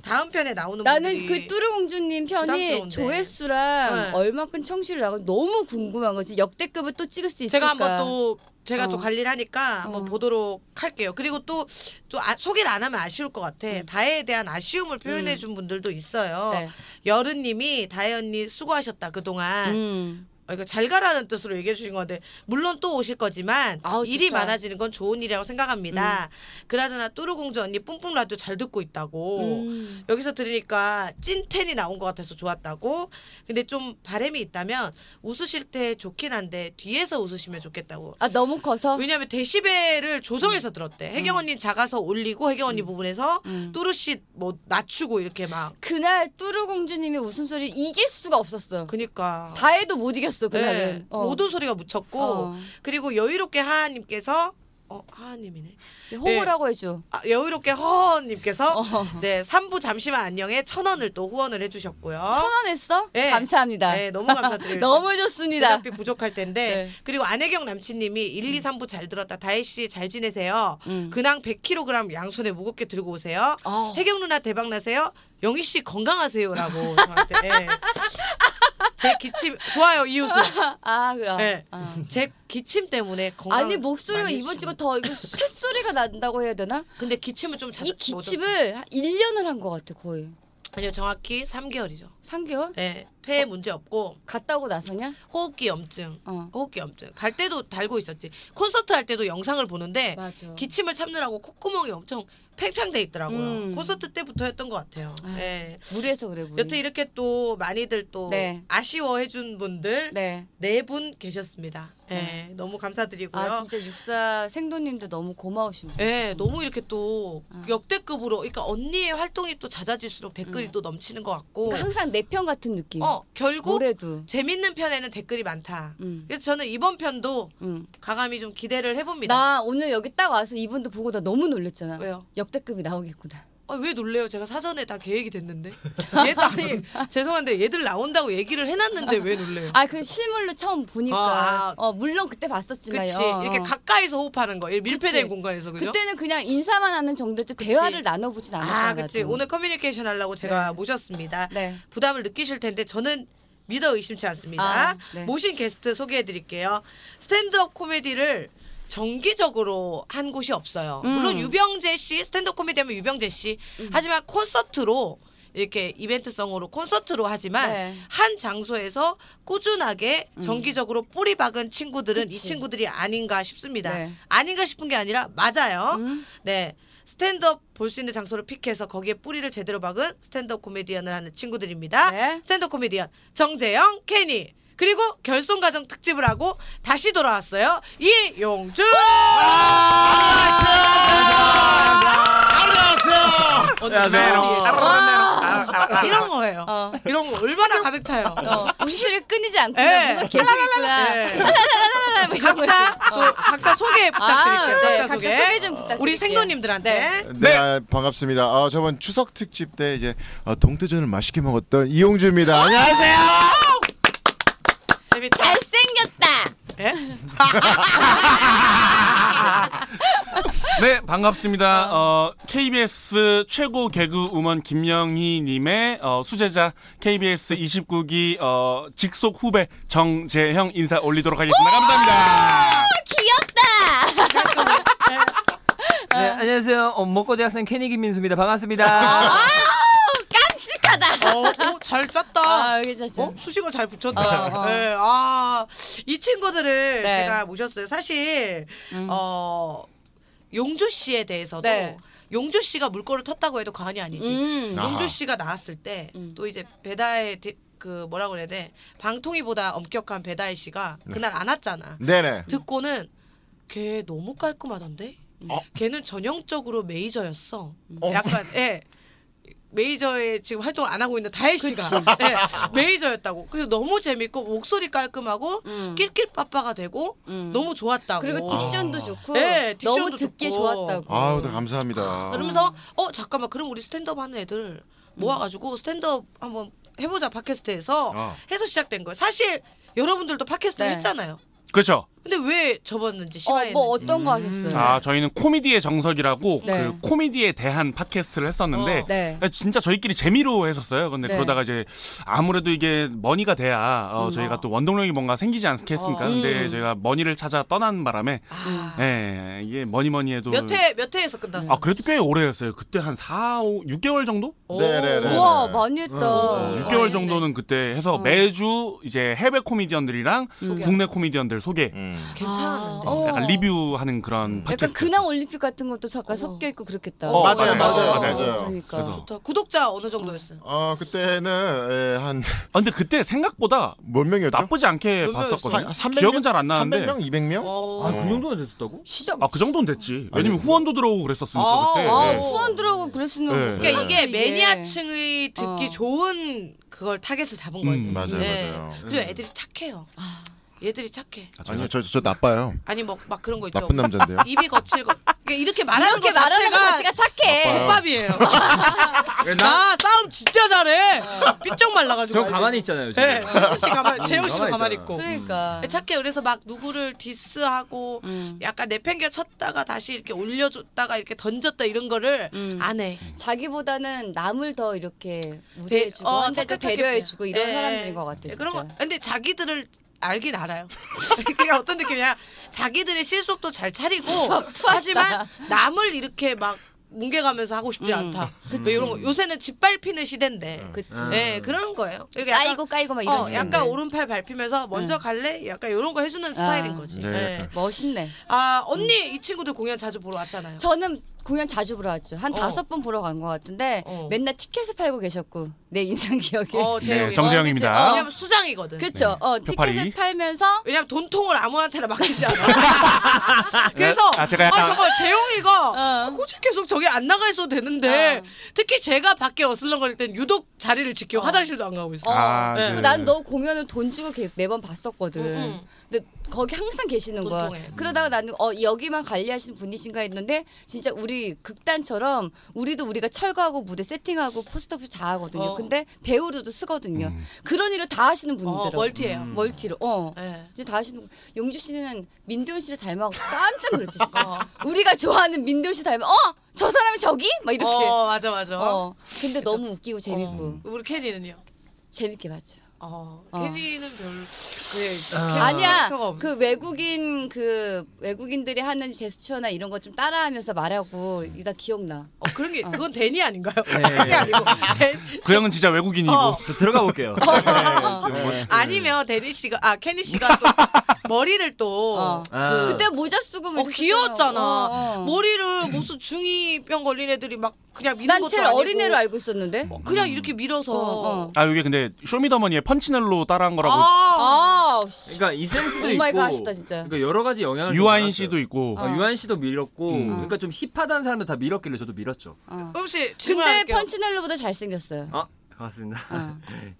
A: 다음 편에 나오는
B: 나는
A: 분들이
B: 그 뚜루공주님 편이
A: 부담스러운데.
B: 조회수랑
A: 네.
B: 얼마큼 청취율 나가 너무 궁금한 거지 역대급을 또 찍을 수 있을까
A: 제가 한번 또 제가
B: 어.
A: 또 관리를 하니까 한번
B: 어.
A: 보도록 할게요. 그리고 또, 또 아, 소개를 안 하면 아쉬울 것 같아. 다혜에 대한 아쉬움을 표현해 준 분들도 있어요.
B: 음. 네.
A: 여른님이 다혜 언니 수고하셨다 그동안.
B: 음.
A: 어, 이거 잘 가라는 뜻으로 얘기해 주신 건데 물론 또 오실 거지만
B: 아우, 음.
A: 일이
B: 진짜.
A: 많아지는 건 좋은 일이라고 생각합니다. 그나저나 뚜루공주 언니 뿡뿡 라디오 잘 듣고 있다고
B: 음.
A: 여기서 들으니까 찐텐이 나온 것 같아서 좋았다고. 근데 좀 바람이 있다면 웃으실 때 좋긴 한데 뒤에서 웃으시면 좋겠다고.
B: 아 너무 커서
A: 왜냐하면 데시벨을 조정해서 들었대. 혜경 언니 작아서 올리고 혜경 언니 부분에서
B: 음.
A: 뚜루 씨 뭐 낮추고 이렇게 막.
B: 그날 뚜루공주님의 웃음소리 이길 수가 없었어
A: 그니까
B: 다 해도 못 이겼어 울었어 그날은.
A: 네,
B: 어.
A: 모든 소리가 묻혔고
B: 어.
A: 그리고 여유롭게 하하님께서 어 하하님이네.
B: 호구라고 해줘.
A: 아, 여유롭게 허허님께서
B: 어.
A: 네 3부 잠시만 안녕에 천 원을 또 후원을 해주셨고요.
B: 천원했어?
A: 네.
B: 감사합니다.
A: 네 너무 감사드립니다.
B: 너무 좋습니다.
A: 제작비 부족할 텐데
B: 네.
A: 그리고 안혜경 남친님이 1, 2, 3부 잘 들었다 다혜 씨 잘 지내세요.
B: 음.
A: 근황 100kg 양손에 무겁게 들고 오세요.
B: 어.
A: 혜경 누나 대박 나세요. 영희 씨 건강하세요라고 저한테 예. 제 기침 좋아요 이웃은
B: 아 그럼.
A: 네.
B: 아.
A: 제 기침 때문에 건강
B: 아니 목소리가
A: 많이
B: 이번
A: 해주시고.
B: 주가 더 이거 새소리가 난다고 해야 되나?
A: 근데 기침은 좀 자주 뭐
B: 이 기침을 1년을 한 것 같아 거의.
A: 아니요 정확히 3개월이죠.
B: 3개월?
A: 네 폐에
B: 어.
A: 문제 없고
B: 갔다 오고 나서냐?
A: 호흡기 염증
B: 어.
A: 호흡기 염증 갈 때도 달고 있었지 콘서트 할 때도 영상을 보는데
B: 맞아.
A: 네. 기침을 참느라고 콧구멍이 엄청 팽창돼 있더라고요.
B: 음.
A: 콘서트 때부터였던 것 같아요.
B: 아유.
A: 예.
B: 무리해서 그래 무리.
A: 여튼 이렇게 또 많이들 또
B: 네.
A: 아쉬워해준 분들
B: 네.
A: 네 분 계셨습니다. 예, 너무 감사드리고요.
B: 아 진짜 육사 생도님도 너무 고마우신 분.
A: 예, 너무 이렇게 또
B: 아.
A: 역대급으로, 그러니까 언니의 활동이 또 잦아질수록
B: 음.
A: 댓글이 또 넘치는 것 같고,
B: 그러니까 항상 내 편 같은 느낌.
A: 어, 결국
B: 노래도.
A: 재밌는 편에는 댓글이 많다.
B: 음.
A: 그래서 저는 이번 편도
B: 음.
A: 과감히 좀 기대를 해봅니다.
B: 나 오늘 여기 딱 와서 이분도 보고 나 너무 놀랬잖아.
A: 왜요?
B: 역대급이 나오겠구나.
A: 아, 왜 놀래요? 제가 사전에 다 계획이 됐는데. 얘들 아니 죄송한데 얘들 나온다고 얘기를 해놨는데 왜 놀래요?
B: 아, 그 실물로 처음 보니까.
A: 어, 아.
B: 어, 물론 그때 봤었지만.
A: 그치
B: 어, 어.
A: 이렇게 가까이서 호흡하는 거, 이 밀폐된
B: 그치.
A: 공간에서 그죠?
B: 그때는 그냥 인사만 하는 정도였지 대화를 나눠보진 않았잖아.
A: 아, 그치
B: 나도.
A: 오늘 커뮤니케이션 하려고 제가
B: 네.
A: 모셨습니다.
B: 네.
A: 부담을 느끼실 텐데 저는 믿어 의심치 않습니다.
B: 아, 네.
A: 모신 게스트 소개해드릴게요. 스탠드업 코미디를 정기적으로 한 곳이 없어요.
B: 음.
A: 물론 유병재 씨 스탠드업 코미디 하면 유병재 씨 하지만 콘서트로 이렇게 이벤트성으로 콘서트로 하지만
B: 네. 음.
A: 한 장소에서 꾸준하게 정기적으로 뿌리 박은 친구들은 이
B: 그치.
A: 친구들이 아닌가 싶습니다.
B: 네.
A: 아닌가 싶은 게 아니라 맞아요.
B: 음.
A: 네. 스탠드업 볼 수 있는 장소를 픽해서 거기에 뿌리를 제대로 박은 스탠드업 코미디언을 하는 친구들입니다.
B: 네.
A: 스탠드업 코미디언 정재영, 케니 그리고 결손 가정 특집을 하고 다시 돌아왔어요. 이용준.
C: 안녕하세요.
B: 아, 네.
A: 아, 이런 거예요.
B: 어.
A: 이런 거 얼마나 가득 차요.
B: 어, 웃음소리 끊이지 않고
A: 예.
B: 뭔가 계속 있구나.
A: 네.
B: 뭐 이런
A: 각자
B: 거지.
A: 또 각자 소개 부탁드릴게요.
B: 아, 네.
A: 각자 소개.
B: 좀 부탁드릴게요.
A: 우리 생도님들한테
B: 네.
C: 네, 아, 반갑습니다. 아, 저번 추석 특집 때 이제 어, 동태전을 맛있게 먹었던 이용주입니다. 안녕하세요.
A: 재밌다.
B: 잘생겼다.
A: 예?
D: 네 반갑습니다. 어, KBS 최고 개그우먼 김영희님의 어, 수제자 KBS 29기 어, 직속 후배 정재형 인사 올리도록 하겠습니다. 감사합니다.
B: 귀엽다. 아.
E: 네, 안녕하세요. 어, 먹고 대학생 케니 김민수입니다. 반갑습니다.
B: 아. 깜찍하다.
A: 어, 어, 잘 짰다.
B: 아, 여기 진짜.
A: 어? 수식어 잘 붙였다.
B: 어, 어.
A: 네, 아, 이 친구들을
B: 네. 음.
A: 제가 모셨어요. 사실, 어, 용조 씨에 대해서도
B: 네.
A: 용조 씨가 물꼬를 텄다고 해도 과언이 아니지.
B: 음.
C: 아.
A: 용조 씨가 나왔을 때 또
B: 음.
A: 이제 배다의 디- 그 뭐라 그래야 돼? 방통위보다 엄격한 배다혜 씨가 그날 안 왔잖아.
C: 네네.
A: 음. 듣고는 걔 너무 깔끔하던데.
B: 음.
C: 어?
A: 걔는 전형적으로 메이저였어.
C: 어.
A: 약간 예. 메이저에 지금 활동 안 하고 있는 다혜 씨가 예, 메이저였다고. 그리고 너무 재밌고 목소리 깔끔하고
B: 음.
A: 낄낄 빠빠가 되고
B: 음.
A: 너무 좋았다고. 어.
B: 그리고 딕션도 좋고
A: 네, 딕션도
B: 너무 듣기
A: 좋고.
B: 좋았다고.
C: 아우, 다 감사합니다.
A: 그러면서 어 잠깐만 그럼 우리 스탠드업 하는 애들
B: 음.
A: 모아가지고 스탠드업 한번 해보자 팟캐스트에서
C: 어.
A: 해서 시작된 거예요. 사실 여러분들도 팟캐스트
B: 네.
A: 했잖아요.
D: 그렇죠.
A: 근데 왜
B: 어,
A: 접었는지 심화했는지.
B: 뭐 어떤 거
A: 네.
B: 하셨어요?
D: 아 저희는 코미디의 정석이라고
B: 네.
D: 그 코미디에 대한 팟캐스트를 했었는데 아,
A: 어.
B: 네.
D: 진짜 저희끼리 재미로 했었어요. 근데
B: 네.
D: 그러다가 이제 아무래도 이게 머니가 돼야 어, 저희가 또 원동력이 뭔가 생기지 않겠습니까?
A: 음. 어.
D: 근데
B: 음.
D: 저희가 머니를 찾아 떠난 바람에
A: 아,
D: 예, 이게 뭐니 뭐니
B: 음.
D: 해도
A: 몇 회, 몇 회에서 끝났어?
D: 아, 그래도 꽤 오래였어요. 그때 한 4, 5, 6개월 정도?
A: 오.
C: 네네네.
B: 우와 많이 했다.
D: 어,
C: 네.
D: 6개월 정도는 그때 해서 매주 이제 해외 코미디언들이랑 국내 코미디언들 소개
C: 음.
A: 괜찮은데.
B: 아,
D: 어,
B: 어.
D: 약간 리뷰하는 그런
B: 약간
D: 팟캐스트.
B: 근황 올림픽 같은 것도 잠깐 섞여 있고 그랬겠다.
D: 어,
C: 맞아요,
D: 맞아요,
A: 맞아요.
C: 맞아요.
B: 그러니까.
D: 그래서.
A: 좋다. 구독자 어느 정도였어요?
C: 어 그때는 예, 한 몇
D: 아, 근데 그때 생각보다
C: 명이었죠?
D: 나쁘지 않게
A: 몇
D: 봤었거든요.
C: 한 300
D: 기억은
C: 명?
D: 잘 안 나는데.
C: 300명, 200명?
A: 어.
E: 아, 그 정도나 됐었다고?
B: 시작.
D: 아, 그 정도는 됐지. 왜냐면
C: 아니,
D: 후원도 들어오고 그랬었으니까
A: 아,
D: 그때.
B: 아,
D: 예.
B: 후원 들어오고 그랬으면.
D: 네.
B: 뭐
A: 그러니까 이게
B: 그렇지,
A: 매니아층이 듣기
B: 어.
A: 좋은 그걸 타겟을 잡은 거지.
D: 음,
C: 맞아요,
A: 네.
C: 맞아요. 음.
A: 그리고 애들이 착해요.
B: 아.
A: 얘들이 착해.
D: 아, 저희가
C: 아니요, 저, 저 나빠요.
A: 아니 뭐 막 그런 거 있죠.
C: 나쁜 남잔데요.
A: 입이 거칠 거. 그러니까 이렇게 말하는
B: 이렇게
A: 거
B: 말하는 것
A: 자체가
B: 자체가 착해.
A: 족밥이에요. 나 싸움 진짜
B: 어.
A: 잘해. 삐쩍 말라가지고.
E: 저 가만히 있잖아요. 지금.
A: 네, 수씨 가만, 재영 씨도
E: 가만히
A: 가만히
E: 있잖아.
A: 있고.
B: 그러니까.
A: 네, 착해. 그래서 막 누구를 디스하고
B: 음.
A: 약간 내팽겨 쳤다가 다시 이렇게 올려줬다가 이렇게 던졌다 이런 거를
B: 음.
A: 안 해.
B: 자기보다는 남을 더 이렇게 무대해주고
A: 어,
B: 한대적
A: 착해, 착해.
B: 배려해주고 이런
A: 예.
B: 사람들인 것 같아.
A: 예,
B: 진짜.
A: 그런 거. 근데 자기들을 알긴 알아요. 그러니까 어떤 느낌이야? 자기들의 실속도 잘 차리고 하지만 남을 이렇게 막 뭉개가면서 하고 싶지 않다. 뭐 이런 거. 요새는 짓밟히는 시대인데.
B: 그치.
A: 예, 그런 거예요. 그러니까 약간-
B: 까이고 뭐 까이고 막 이런. 음.
A: 어,
B: 식으로.
A: 약간 오른팔 밟히면서 먼저 갈래? 약간 이런 거
B: 아.
A: 해주는 스타일인 거지.
C: 네,
A: 예.
C: 약간.
B: 멋있네.
A: 아 언니 이 친구들 공연 자주 보러 왔잖아요.
B: 저는 공연 자주 보러 왔죠. 한
A: 어.
B: 다섯 번 보러 간 것 같은데
A: 어.
B: 맨날 티켓을 팔고 계셨고 내 인상 기억에.
A: 어
D: 네,
A: 재영이.
D: 정재영입니다.
A: 왜냐면 수장이거든.
B: 그렇죠. 어,
D: 네. 표팔이.
B: 티켓을 팔면서
A: 왜냐면 돈통을 아무한테나 맡기지 않아. 그래서
D: 아, 제가 약간-
A: 아, 정말 재용이가
B: 어.
A: 굳이 계속 저기 안 나가 있어도 되는데
B: 어.
A: 특히 제가 밖에 어슬렁거릴 땐 유독 자리를 지키고 화장실도 안 가고 있어.
B: 어.
A: 요
D: 아,
A: 네.
D: 그-
B: 난 너 공연을 돈 주고 개- 매번 봤었거든.
A: 음,
B: 근데 거기 항상 계시는 거야.
A: 보통에. 음.
B: 그러다가 나는 어 여기만 관리하시는 분이신가 했는데 진짜 우리 극단처럼 우리도 우리가 철거하고 무대 세팅하고 포스터도 다 하거든요.
A: 어.
B: 근데 배우로도 쓰거든요.
D: 음.
B: 그런 일을 다 하시는
A: 어,
B: 분들은
A: 멀티예요.
B: 멀티로. 어.
A: 네.
B: 이제 다 하시는 거. 용주 씨는 민두현 씨를 닮아고 깜짝 놀랐지 진짜. 우리가 좋아하는 민두현 씨 닮아. 어, 저 사람이 저기? 막 이렇게. 어.
A: 어 맞아 맞아.
B: 근데 너무 웃기고 재밌고
A: 어. 우리 캐리는요.
B: 재밌게 봤죠.
A: 어,
B: 어.
A: 캐리는 별로 그
B: 아니야.
A: 캐릭터가 없-
B: 그 외국인 그 외국인들이 하는 제스처나 이런 거 좀 따라하면서 말하고 이나 기억나.
A: 어, 그런 게 그건 데니 아닌가요?
E: 네.
A: 데니 아니고 데-
D: 그 형은 진짜 외국인이고.
A: 어.
E: 저 들어가 볼게요. 네,
A: 네,
E: 뭐.
A: 아니면 데니 씨가 아 캐니 씨가 또 머리를 또
B: 어.
E: 아.
B: 그때 모자 쓰고 막
A: 어,
B: 이렇게
A: 귀여웠잖아.
B: 썼잖아요. 어, 어.
A: 머리를 무슨 중이병 걸린 애들이 막 그냥 미는
B: 난
A: 것도
B: 제일
A: 아니고
B: 어린애로 알고 있었는데.
D: 음.
A: 그냥 이렇게 밀어서
B: 어, 어.
D: 아, 이게 근데 쇼미더머니의 펀치넬로 따라한 거라고
A: 아,
B: 아,
E: 그러니까 이 센스도
B: 오마이
E: 있고.
B: 갓 하시다, 진짜.
E: 그러니까 여러 가지 영향을 좀
D: 유아인
E: 받았어요.
D: 씨도 있고.
E: 어, 유한 씨도 밀었고.
D: 음.
E: 그러니까 좀 힙하다는 사람들 다 밀었길래 저도 밀었죠.
A: 혹시
B: 근데
A: 어. 질문할게요.
B: 펀치넬로보다 잘생겼어요.
E: 아, 반갑습니다.
B: 어.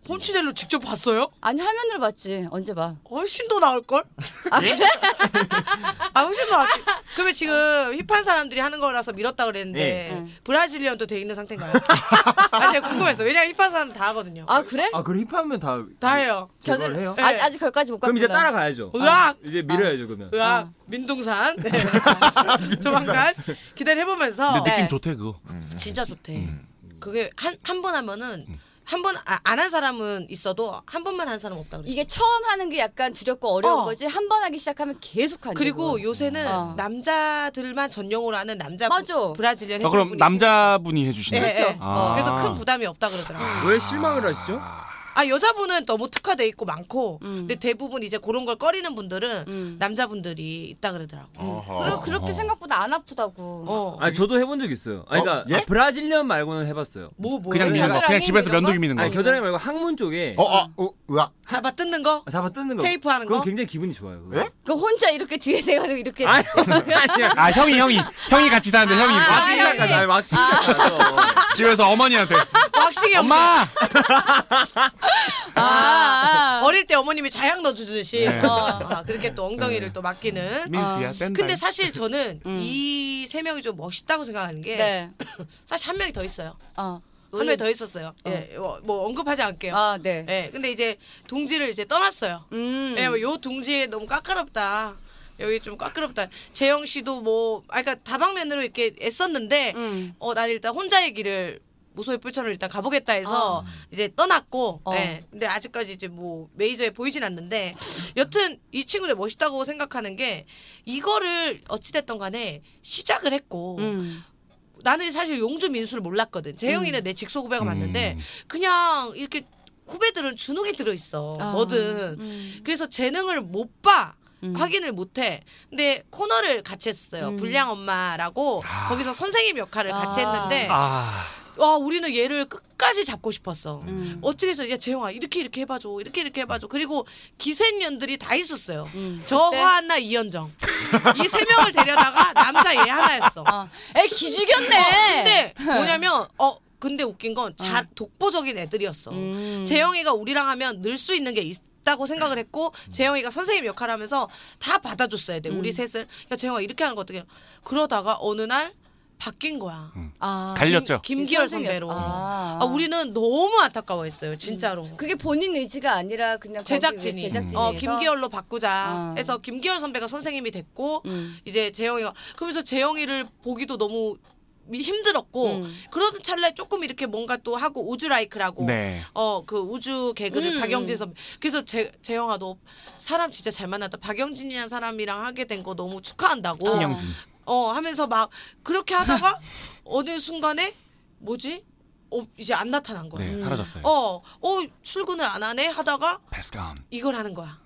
A: 펀치넬로 직접 봤어요?
B: 아니 화면으로 봤지. 언제 봐?
A: 훨씬 더 나올 걸?
B: 아
D: 네?
B: 그래?
A: 아 훨씬 더 낫지. 그러면 지금 힙한 사람들이 하는 거라서 밀었다 그랬는데
E: 네.
B: 응.
A: 브라질리언도 돼 있는 상태인가요? 아 제가 궁금했어. 왜냐면 힙한 사람 다 하거든요.
B: 아 그래?
E: 아, 그럼 힙하면 다.
A: 다 해요. 어.
E: 제거를 해요?
B: 아,
A: 네.
B: 아직 거기까지 못 갔구나.
E: 그럼 이제 따라가야죠.
B: 아.
A: 으악!
E: 이제 밀어야죠, 그러면.
A: 으악! 민둥산. 네. 조만간 기다려보면서.
D: 근데 느낌
B: 네.
D: 좋대 그거.
A: 진짜 좋대.
D: 음.
A: 그게 한 한 번 하면은 한 번 아, 안 한 사람은 있어도 한 번만 한 사람 없다 그래.
B: 이게 처음 하는 게 약간 두렵고 어려운
A: 어.
B: 거지. 한 번 하기 시작하면 계속 하는 거.
A: 그리고 요새는
B: 어.
A: 남자들만 전용으로 하는 남자
B: 맞아.
A: 브라질리언
D: 아, 그럼
A: 해외분이
D: 남자분이 해주시네.
A: 네, 네.
D: 아.
A: 있어요. 그래서 큰 부담이 없다 그러더라고.
E: 왜 실망을 하시죠?
A: 아 여자분은 너무 특화돼 있고 많고,
B: 음.
A: 근데 대부분 이제 그런 걸 꺼리는 분들은
B: 음.
A: 남자분들이 있다 그러더라고.
D: 음.
B: 그리고
C: 어허.
B: 그렇게 생각보다 안 아프다고.
A: 어.
D: 그
E: 아니 저도 해본 적 있어요. 아니,
C: 어?
E: 그러니까
C: 예?
E: 브라질리언 말고는 해봤어요.
A: 뭐 뭐.
D: 그냥
B: 겨드랑이
D: 미는 거. 그냥 집에서
B: 이런 거?
D: 면도기 미는 거.
E: 아니 겨드랑이 말고 항문 쪽에
C: 어, 어, 우, 으악.
A: 잡아 뜯는 거.
E: 잡아 뜯는 거.
A: 테이프 하는
E: 그건
A: 거?
E: 굉장히 기분이 좋아요. 그거.
C: 예?
B: 그 혼자 이렇게 뒤에 세가지고 이렇게
E: 아니 아니야.
D: 아 형이 형이 형이 같이 사는데 형이
A: 아,
E: 막신
B: 형이.
E: 작가 날 막신 작가.
D: 집에서 어머니한테
A: 왁싱이 엄마.
D: 엄마
B: 아, 아, 아.
A: 어릴 때 어머님이 자양 넣어주듯이
D: 네.
A: 아, 그렇게 또 엉덩이를 또 맡기는
D: 민수야 뺀다.
A: 아. 근데 사실 저는
B: 음.
A: 이 세 명이 좀 멋있다고 생각하는 게
B: 네.
A: 사실 한 명이 더 있어요.
B: 어.
A: 예. 한 명이 더 있었어요. 예, 뭐, 뭐 언급하지 않을게요.
B: 아, 네.
A: 예, 근데 이제 동지를 이제 떠났어요.
B: 음.
A: 예, 뭐요 동지 너무 까까롭다. 여기 좀 까끄럽다. 재영 씨도 뭐, 아, 그러니까 다방면으로 이렇게 애썼는데,
B: 음.
A: 어, 난 일단 혼자의 길을 무소의 뿔천을 일단 가보겠다 해서 이제 떠났고,
B: 어.
A: 예. 근데 아직까지 이제 뭐 메이저에 보이진 않는데, 여튼 이 친구들 멋있다고 생각하는 게 이거를 어찌됐던 간에 시작을 했고,
B: 음.
A: 나는 사실 용주 민수를 몰랐거든. 재영이는 내 직속 후배가 맞는데 그냥 이렇게 후배들은 주눅이 들어 있어.
B: 아.
A: 뭐든.
B: 음.
A: 그래서 재능을 못 봐. 확인을 못해. 근데 코너를 같이 했어요. 불량 엄마라고 거기서 선생님 역할을 같이
B: 음. 아.
A: 했는데
D: 아,
A: 와 우리는 얘를 끝까지 잡고 싶었어.
B: 음.
A: 어떻게 해서 야 재영아 이렇게 이렇게 해봐줘 이렇게 이렇게 해봐줘 그리고 기생년들이 다 있었어요.
B: 음.
A: 저
B: 그때?
A: 화한나 이현정 이 세 명을 데려다가 남자 얘 하나였어.
B: 어. 에 기죽였네.
A: 아,
B: 어.
A: 근데 뭐냐면 어 근데 웃긴 건 자, 독보적인 애들이었어.
B: 음.
A: 재영이가 우리랑 하면 늘 수 있는 게 있다고 생각을 했고
B: 음.
A: 재영이가 선생님 역할을 하면서 다 받아줬어야 돼. 우리 셋을 야 재영아 이렇게 하는 거 어떻게? 그러다가 어느 날 바뀐 거야.
B: 아,
D: 갈렸죠.
A: 김기열
B: 선생님.
A: 선배로.
B: 아. 음.
A: 아, 우리는 너무 안타까워했어요, 진짜로.
B: 그게 본인 의지가 아니라 그냥 거기
A: 제작진이,
B: 왜 어, 네, 제작진이
A: 어
B: 해서?
A: 김기열로 바꾸자
B: 어.
A: 해서 김기열 선배가 선생님이 됐고
B: 음.
A: 이제 재영이가 그러면서 재영이를 보기도 너무 미- 힘들었고
B: 음.
A: 그러던 찰나에 조금 이렇게 뭔가 또 하고 우주라이크라고
D: 네.
A: 어 그 우주 개그를
B: 음.
A: 박영진 선배 그래서 재, 재영아 너 사람 진짜 잘 만났다 박영진이라는 사람이랑 하게 된 거 너무 축하한다고
D: 신영진.
A: 어 하면서 막 그렇게 하다가 어느 순간에 뭐지 어 이제 안 나타난 거야
D: 네, 사라졌어요.
A: 어, 어, 출근을 안 하네 하다가
D: 패스감.
A: 이걸 하는 거야.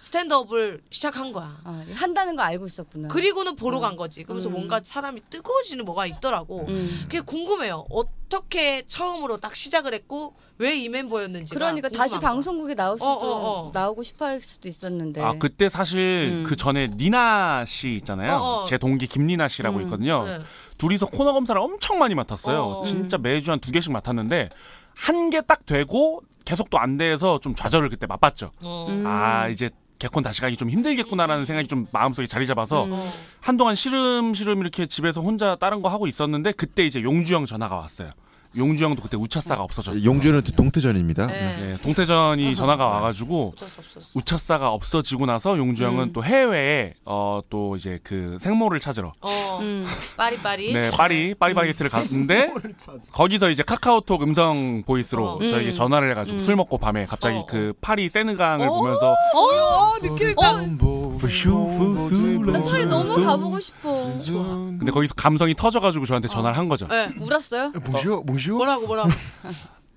A: 스탠드업을 시작한 거야.
B: 아, 한다는 거 알고 있었구나.
A: 그리고는 보러 간 거지. 그러면서 뭔가 사람이 뜨거워지는 뭐가 있더라고.
B: 어. 음.
A: 그게 궁금해요. 어떻게 처음으로 딱 시작을 했고 왜 이 멤버였는지.
B: 그러니까 다시 방송국에 나올 수도
A: 어, 어, 어.
B: 나오고 싶어 할 수도 있었는데.
D: 아 그때 사실 그 전에 니나 씨 있잖아요.
A: 어, 어.
D: 제 동기 김니나 씨라고 있거든요.
A: 네.
D: 둘이서 코너 검사를 엄청 많이 맡았어요.
A: 어.
D: 진짜 매주 한 두 개씩 맡았는데 한 개 딱 되고 계속 또 안 돼서 좀 좌절을 그때 맛봤죠.
A: 어.
B: 음.
D: 아 이제 개콘 다시 가기 좀 힘들겠구나라는 생각이 좀 마음속에 자리 잡아서
A: 어.
D: 한동안 시름시름 이렇게 집에서 혼자 다른 거 하고 있었는데 그때 이제 용주 형 전화가 왔어요. 용주 형도 그때 우차사가 없어졌어요.
C: 용주는 동태전입니다.
A: 네.
D: 네, 동태전이 전화가 와가지고
A: 어쩔 수 없었어.
D: 우차사가 없어지고 나서 용주 형은
A: 음.
D: 또 해외에 어 또 이제 그 생모를 찾으러
A: 어.
B: 음.
A: 빠리빠리.
D: 네 파리
A: 음.
D: 파리바게트를 갔는데 거기서 이제 카카오톡 음성 보이스로
A: 어. 음.
D: 저에게 전화를 해가지고 술 먹고 밤에 갑자기
A: 어.
D: 그 파리 세느강을
A: 어.
D: 보면서
B: 어,
C: 음, 뭐,
B: 나
D: 나
B: 파리 너무 가보고 싶어.
D: 근데 거기서 감성이 터져가지고 저한테 전화를 한 거죠.
A: 네.
B: 울었어요?
C: 뭉슈 뭉슈
A: 뭐라고 뭐라고.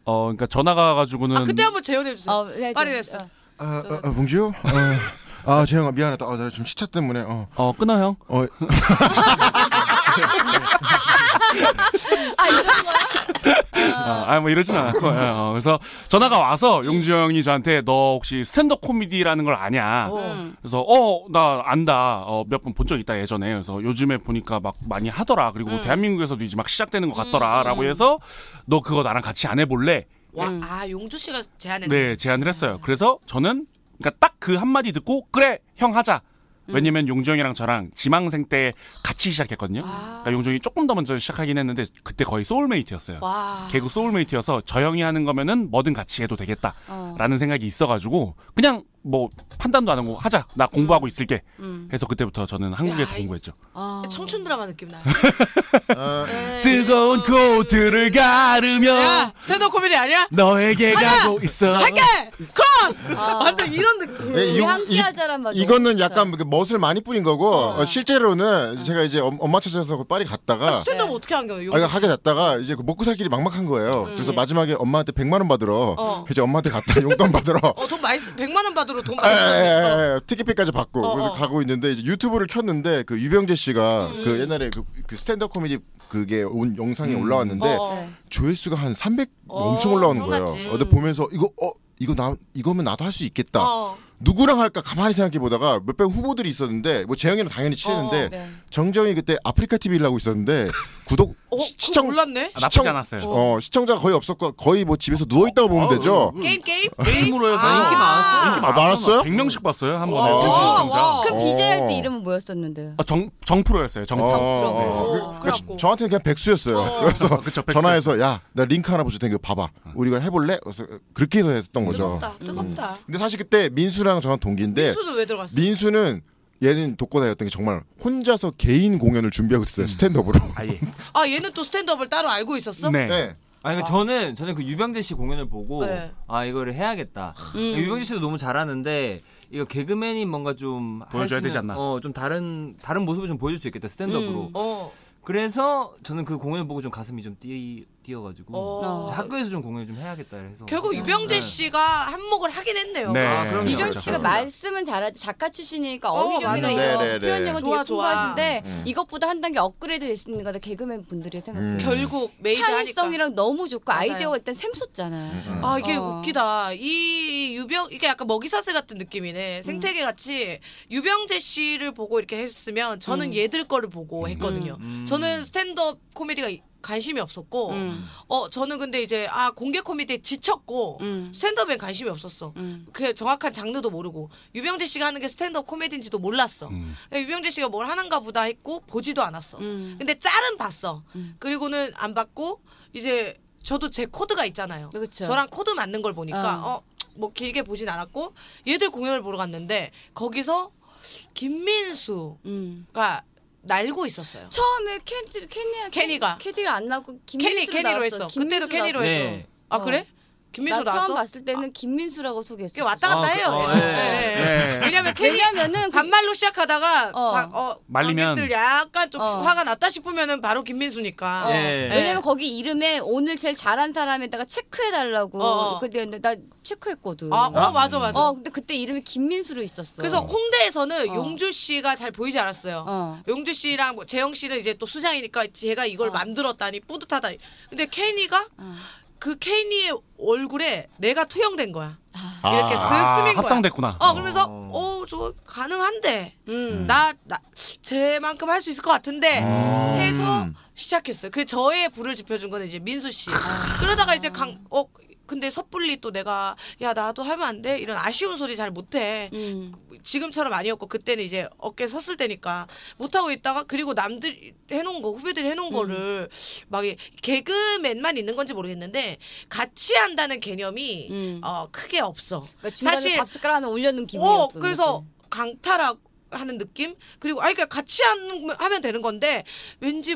D: 어 그러니까 전화가 가지고는
A: 아 그때 한번 재연해 주세요.
B: 어, 네, 좀-
A: 파리랬어.
B: 어.
C: 아, 뭉슈 어. 아 재영아 미안하다 아, 나 지금 시차 때문에 어,
D: 어 끊어 형.
C: 어
B: 아, 이런 거야?
D: 아뭐 이러진 않았고 예, 어, 그래서 전화가 와서 용주 형이 저한테 너 혹시 스탠드 코미디라는 걸 아냐?
B: 음,
A: 어.
D: 그래서 어 나 안다 어, 몇 번 본 적 있다 예전에 그래서 요즘에 보니까 막 많이 하더라 그리고
A: 음.
D: 대한민국에서도 이제 막 시작되는 것 같더라라고 해서 너 그거 나랑 같이 안 해볼래
A: 와, 아 용주 씨가 제안했네.
D: 네 제안을 했어요 그래서 저는 그러니까 딱 그 한마디 듣고 그래 형 하자
A: 음.
D: 왜냐면 용정이랑 저랑 지망생 때 같이 시작했거든요
A: 아.
D: 그러니까 용정이 조금 더 먼저 시작하긴 했는데 그때 거의 소울메이트였어요
A: 와.
D: 개그 소울메이트여서 저 형이 하는 거면은 뭐든 같이 해도
B: 어.
D: 되겠다라는 생각이 있어가지고 그냥 뭐 판단도 안 하고 하자 나 공부하고 있을게 해서 그때부터 저는 한국에서
A: 야, 이-
D: 공부했죠
B: 아.
A: 청춘 드라마 느낌 나요.
D: 뜨거운 코트를 가르며
A: 야, 스탠드업 코미디 아니야?
D: 너에게 가고 있어
A: 할게!
B: 아.
A: 크로스! 완전 이런 느낌.
C: 네,
B: 우리
C: 이거-
B: 함께
C: 이-
B: 하자란 말.
C: 이거는 약간 그 멋을 많이 뿌린 거고 어, 실제로는 제가 이제 엄- 엄마 찾아서 그 파리 갔다가
A: 스탠드업 어떻게 한 거예요?
C: 아, 하게 됐다가 이제 그 먹고 살 길이 막막한 거예요. 그래서 마지막에 엄마한테 100만 원 받으러
A: 어.
C: 이제 엄마한테 갔다 용돈 받으러
A: 어, 돈 많이, 쓰- 100만 원 받으러 돈
C: 예,
A: 많이 썼어.
C: 예, 예, 예. 티켓비까지 받고
A: 어,
C: 그래서
A: 어.
C: 가고 있는데 이제 유튜브를 켰는데 그 유병재 씨가 그 옛날에 그, 그 스탠드업 코미디 그게 온 영상이 올라왔는데
B: 네.
A: 어, 어.
C: 조회수가 한 300
A: 어,
C: 엄청 올라오는 거예요.
A: 엄청났지.
C: 어, 근데 보면서 이거 어 이거 나 이거면 나도 할 수 있겠다.
A: 어.
C: 누구랑 할까 가만히 생각해 보다가 몇백 후보들이 있었는데 뭐 재영이랑 당연히 친했는데
B: 어, 네.
C: 정정이 그때 아프리카 TV를 하고 있었는데 구독
A: 어,
C: 시,
A: 그거
C: 시청
A: 몰랐네?
D: 아, 나쁘지 않았어요.
C: 어, 시청자가 거의 없었고 거의 뭐 집에서 누워 있다고 보면
D: 어,
C: 되죠.
D: 어,
A: 게임, 게임?
D: 게임으로 해서
A: 아, 인기 많았어.
C: 아, 많았어요?
D: 100명씩 봤어요 한 번에
A: 와,
D: 태수
A: 와.
D: 진짜
B: 그 BJ 할 때
C: 어.
B: 이름은 뭐였었는데요?
D: 아, 정 정프로였어요
C: 어,
D: 정프로
C: 어,
A: 어,
C: 그- 그러니까 저-
A: 그래갖고.
C: 저한테는 그냥 백수였어요. 그래서
D: 그쵸, 백수. 어.
C: 전화해서 야, 나 링크 하나 보줄 테니까 봐봐. 우리가 해볼래? 그래서 그렇게 해서 했던 거죠. 음.
A: 뜨겁다, 뜨겁다.
C: 근데 사실 그때 민수랑 저랑 동기인데
A: 민수는 왜 들어갔어?
C: 네. 민수는 얘는 독고다였던 게 정말 혼자서 개인 공연을 준비하고 있었어요. 스탠드업으로.
D: 아예
A: 아, 얘는 또 스탠드업을 따로 알고 있었어?
D: 네.
C: 네.
E: 아니 그러니까 저는 저는 그 유병재 씨 공연을 보고
A: 네. 음.
E: 아 이거를 해야겠다. 유병재 씨도 너무 잘하는데 이거 개그맨이 뭔가 좀
D: 보여줘야
E: 할
D: 되지
E: 수 있는-
D: 않나.
E: 어, 좀 다른
A: 음.
E: 다른 모습을 좀 보여줄 수 있겠다 스탠드업으로.
A: 어.
E: 그래서 저는 그 공연을 보고 좀 가슴이 좀 뛰, 뛰어가지고
A: 어.
E: 학교에서 좀 공연 좀 해야겠다 해서 네.
A: 결국 이병재 씨가 한몫을 하긴 했네요.
D: 네.
E: 아, 그럼요.
B: 이경
C: 그렇죠.
B: 씨가 말씀은 잘하지 작가 출신이니까
A: 어,
B: 어휘력이나
A: 맞아요.
B: 이거
C: 네, 네, 네.
B: 표현력은
A: 좋아,
B: 되게
A: 좋아.
B: 풍부하신데
C: 음.
B: 이것보다 한 단계 업그레이드 됐는 거다 개그맨 분들이 생각해요.
C: 음.
A: 결국 메이드 하니까.
B: 창의성이랑 너무 좋고
A: 맞아요.
B: 아이디어가 일단 샘솟잖아.
C: 음.
A: 아 이게
B: 어.
A: 웃기다. 이 유병 이게 약간 먹이사슬 같은 느낌이네. 생태계 같이 유병재 씨를 보고 이렇게 했으면 저는
B: 음.
A: 얘들 거를 보고 했거든요.
E: 음.
A: 저는 스탠드업 코미디가 이- 관심이 없었고,
B: 음.
A: 어 저는 근데 이제 아 공개 코미디에 지쳤고
B: 음.
A: 스탠드업엔 관심이 없었어.
B: 음.
A: 그 정확한 장르도 모르고 유병재 씨가 하는 게 스탠드업 코미디인지도 몰랐어.
D: 음.
A: 유병재 씨가 뭘 하는가 보다 했고 보지도 않았어.
B: 음.
A: 근데 짤은 봤어.
B: 음.
A: 그리고는 안 봤고 이제 저도 제 코드가 있잖아요.
B: 그쵸.
A: 저랑 코드 맞는 걸 보니까
B: 어.
A: 어. 뭐 길게 보진 않았고 얘들 공연을 보러 갔는데 거기서 김민수가
B: 음.
A: 날고 있었어요.
B: 처음에 캔디 캐니야
A: 캐니가.
B: 캐디가 안 나고
A: 캐니
B: 김민수로
A: 캐니로
B: 나왔어.
A: 했어. 그때도
B: 김민수로
A: 캐니로
B: 나왔어.
A: 했어.
E: 네.
A: 아
B: 어.
A: 그래?
B: 나
A: 김민수
B: 처음
A: 나왔어? 아.
B: 봤을 때는 김민수라고
A: 이게
B: 소개했어.
A: 왔다 갔다
E: 아, 그-
A: 해요.
E: 어,
A: 예.
E: 예.
A: 예.
B: 네.
D: 예.
A: 왜냐면 캐니
B: 왜냐면은 그-
A: 반말로 시작하다가
B: 어.
A: 방- 어,
D: 말리면.
A: 관객들 약간 좀
B: 어.
A: 화가 났다 싶으면은 바로 김민수니까. 네.
B: 어.
E: 예.
B: 왜냐면 거기 이름에 오늘 제일 잘한 사람에다가 체크해달라고
A: 어.
B: 근데 나 체크했거든.
A: 아, 어, 맞아 맞아.
B: 어, 근데 그때 이름이 김민수로 있었어.
A: 그래서 홍대에서는
B: 어.
A: 용주 씨가 잘 보이지 않았어요.
B: 어.
A: 용주 씨랑 뭐 재영 씨는 이제 또 수장이니까 제가 이걸
B: 어.
A: 만들었다니 뿌듯하다. 근데 케니가
B: 어.
A: 그 케니의 얼굴에 내가 투영된 거야.
C: 아.
A: 이렇게 쓱
D: 아,
A: 스민 거야.
D: 합성됐구나.
A: 어 그러면서
E: 어.
A: 어저 가능한데
B: 음.
A: 나, 나 제만큼 할 수 있을 것 같은데
C: 음.
A: 해서 시작했어요. 그 저의 불을 지펴준 거는 이제 민수 씨.
B: 아.
A: 그러다가 이제 강 어 근데 섣불리 또 내가 야 나도 하면 안 돼 이런 아쉬운 소리 잘 못해.
B: 음.
A: 지금처럼 아니었고 그때는 이제 어깨 섰을 때니까 못하고 있다가 그리고 남들 해놓은 거 후배들이
B: 음.
A: 해놓은 거를 막 이- 개그맨만 있는 건지 모르겠는데 같이 한다는 개념이
B: 음.
A: 어, 크게 없어
B: 그러니까 중간에
A: 사실-
B: 밥숟가락 하나 올려놓은 기분이었어.
A: 어 그래서 강탈하고 하는 느낌 그리고 아 그러니까 같이 하는, 하면 되는 건데 왠지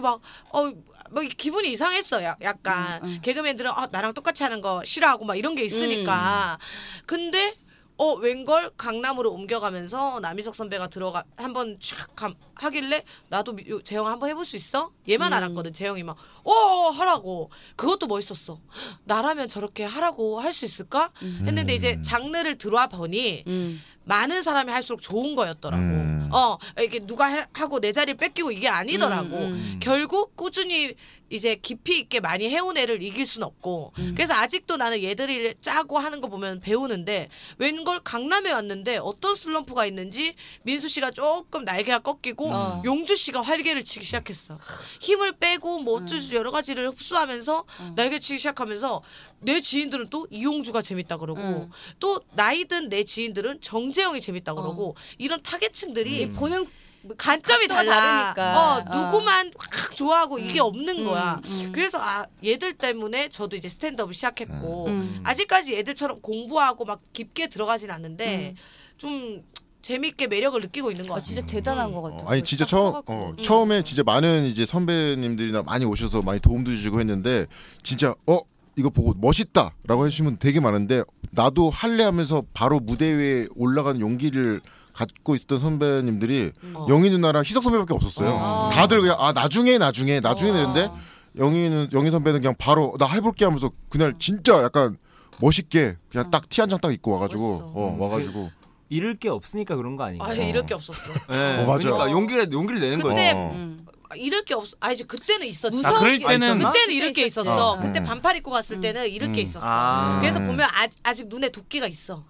A: 막어막 기분이 이상했어요 약- 약간
B: 음, 음.
A: 개그맨들은 아 나랑 똑같이 하는 거 싫어하고 막 이런 게 있으니까
B: 음.
A: 근데 어 웬걸 강남으로 옮겨가면서 남희석 선배가 들어가 한번 촥 감- 하길래 나도 미- 요- 재영 한번 해볼 수 있어
B: 음.
A: 얘만 알았거든 재영이 막 어 하라고 그것도 멋있었어 나라면 저렇게 하라고 할 수 있을까 했는데 이제 장르를 들어와 보니
B: 음.
A: 많은 사람이 할수록 좋은 거였더라고.
C: 음.
A: 어, 이게 누가 해- 하고 내 자리를 뺏기고 이게 아니더라고.
B: 음,
A: 결국 꾸준히 이제 깊이 있게 많이 해온 애를 이길 순 없고.
B: 음.
A: 그래서 아직도 나는 얘들이 짜고 하는 거 보면 배우는데 웬걸 강남에 왔는데 어떤 슬럼프가 있는지 민수 씨가 조금 날개가 꺾이고
B: 어.
A: 용주 씨가 활개를 치기 시작했어. 힘을 빼고 뭐
B: 음.
A: 어쩌지 여러 가지를 흡수하면서
B: 어.
A: 날개 치기 시작하면서 내 지인들은 또 이용주가 재밌다 그러고
B: 음.
A: 또 나이든 내 지인들은 정재영이 재밌다 그러고
B: 어.
A: 이런 타겟층들이
B: 이 보는 뭐
A: 관점이
B: 각도가
A: 음. 달라.
B: 다르니까.
A: 어, 누구만 확 좋아하고 이게 없는 거야.
B: 음, 음.
A: 그래서 아 얘들 때문에 저도 이제 스탠드업을 시작했고
B: 음.
A: 아직까지 얘들처럼 공부하고 막 깊게 들어가진 않는데 좀 재밌게 매력을 느끼고 있는
B: 아,
A: 것 같아.
B: 음. 진짜 대단한 것 같아.
C: 어, 아니 진짜
B: 딱
C: 처음
B: 커갖고.
C: 어, 처음에 진짜 많은 이제 선배님들이나 많이 오셔서 많이 도움도 주시고 했는데 진짜 어 이거 보고 멋있다라고 해주시면 되게 많은데 나도 할래 하면서 바로 무대 위에 올라가는 용기를 갖고 있었던 선배님들이 영희 누나랑 희석 선배밖에 없었어요.
B: 어.
C: 다들 그냥 아 나중에 나중에 나중에
B: 어.
C: 되는데 영희는 영희 선배는 그냥 바로 나 해볼게 하면서 그날 진짜 약간 멋있게 그냥 딱 티 한 장 딱 입고 와가지고
A: 멋있어.
C: 어, 와가지고
A: 그
E: 잃을 게 없으니까 그런 거 아닌가?
A: 아 이럴 게 없었어.
E: 예.
C: 어, 맞아.
E: 그러니까 용기를 용기를 내는 거예요.
A: 근데
C: 어.
B: 음.
A: 이럴 게 없어. 아 이제 그때는 있었지.
B: 무서운
D: 아, 그럴
B: 게
D: 때는-
B: 있었나?
A: 그때는 이럴 게
C: 아,
A: 있었어.
B: 어. 음.
A: 그때 반팔 입고 갔을 때는 이럴 게 있었어.
E: 아.
A: 그래서 보면 아, 아직 눈에 도끼가 있어.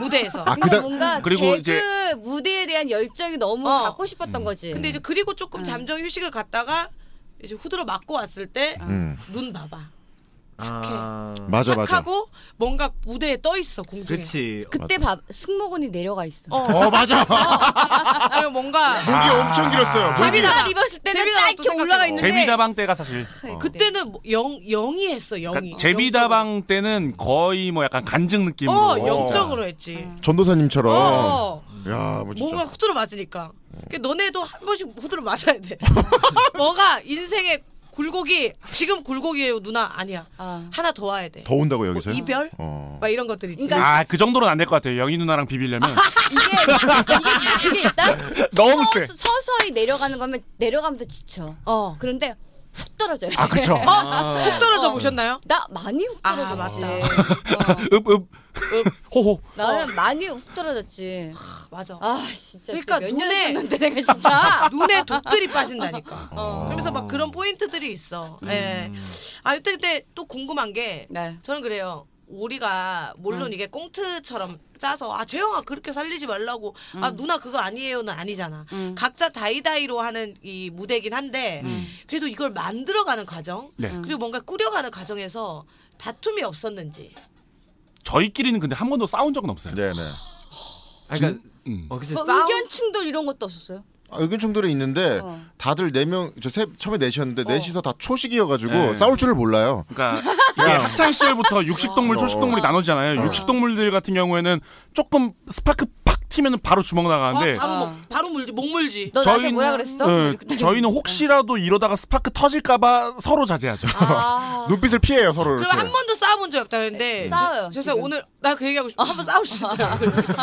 A: 무대에서.
C: 아,
B: 그러니까
C: 그다-
B: 뭔가
D: 그리고
B: 개그
D: 이제-
B: 무대에 대한 열정이 너무
A: 어.
B: 갖고
C: 음.
B: 싶었던 거지.
A: 근데 이제 그리고 조금 잠정 휴식을 갔다가 이제 후드로 맞고 왔을 때 눈
C: 음.
A: 봐봐.
E: 아.
C: 맞아 맞아.
A: 착하고 뭔가 무대에 떠 있어 공중에.
C: 예,
E: 그치.
B: 그때 밥 승모근이 내려가 있어.
A: 어,
C: 어 맞아. 아.
A: 그리고 뭔가
C: 목이 엄청 길었어요. 목이.
A: 밥이
B: 내가
A: 재미나다.
B: 입었을 때는
A: 재미나다
B: 딱
A: 또
B: 이렇게 올라가
A: 생각해봐.
B: 있는데
D: 제비다방 때가 사실
A: 그때는 뭐 영 영이 했어 영이.
D: 그러니까 제비다방 뭐. 때는 거의 뭐 약간 간증 느낌으로
A: 영적으로. 어
D: 진짜.
A: 영적으로 했지.
C: 전도사님처럼.
A: 어.
C: 야, 뭐 진짜.
A: 뭔가 후드로 맞으니까.
C: 음.
A: 그 너네도 한 번씩 후드로 맞아야 돼. 뭐가 인생의 굴곡이 지금 굴곡이에요 누나 아니야.
B: 아.
A: 하나 더 와야 돼.
C: 더 온다고 여기서.
A: 뭐 이별?
C: 어.
A: 막 이런 것들 있지.
B: 그러니까
D: 아, 그 정도로는 안 될 것 같아요. 영희 누나랑
B: 이게
D: 비비려면
B: 이게 참 그게 있다.
D: 너무
B: 서-
D: 세.
B: 서서히 내려가는 거면 내려가면 더 지쳐.
A: 어.
B: 그런데 훅 떨어져요.
C: 아 그쵸.
A: 어, 떨어져
B: 어.
A: 보셨나요?
B: 나 많이 훅
A: 아,
B: 떨어졌지.
A: 맞다.
B: 어.
D: 읍읍 호호.
B: 나는 많이 훅 떨어졌지.
A: 맞아.
B: 아 진짜
A: 그러니까
B: 몇년
A: 눈에-
B: 했었는데 내가 진짜.
A: 눈에 독들이 빠진다니까.
B: 어.
A: 그러면서 막 그런 포인트들이 있어. 예. 아, 그때 그때 또 궁금한 게
B: 네.
A: 저는 그래요. 오리가 물론
B: 음.
A: 이게 꽁트처럼 짜서 아 재영아 그렇게 살리지 말라고 아 누나 그거 아니에요는 아니잖아.
B: 음.
A: 각자 다이다이로 하는 이 무대긴 한데 그래도 이걸 만들어가는 과정
D: 네.
A: 그리고 뭔가 꾸려가는 과정에서 다툼이 없었는지
D: 저희끼리는 근데 한 번도 싸운 적은 없어요.
C: 네네.
E: 아니, 그러니까
D: 음.
E: 어, 그치,
B: 뭐
E: 싸움
B: 의견 충돌 이런 것도 없었어요.
C: 아, 의견 충돌이 있는데
B: 어.
C: 다들 네명저 처음에 넷이었는데
A: 어.
C: 넷이서 다 초식이어가지고
D: 네.
C: 싸울 줄을 몰라요.
D: 그러니까 이게 학창 시절부터 육식 동물,
C: 어.
D: 초식 동물이 나눠지잖아요.
C: 어.
D: 육식 동물들 같은 경우에는 조금 스파크 팍 튀면은 바로 주먹 나가는데
A: 아, 바로
B: 어.
A: 뭐, 바로 물지 목 물지.
B: 너 나한테
D: 저희는-
B: 뭐라 그랬어?
D: 예,
B: 이렇게 딱-
D: 저희는 혹시라도 이러다가 스파크 터질까봐 서로 자제하죠.
B: 아,
C: 눈빛을 피해요 서로 이렇게.
A: 그럼 한 번도 싸워본 적 없다 그랬는데
B: 네. 싸워요,
A: 죄송
B: 지금.
A: 오늘 나 그 얘기하고 싶어. 한번 싸울 수 있나요? 그래서.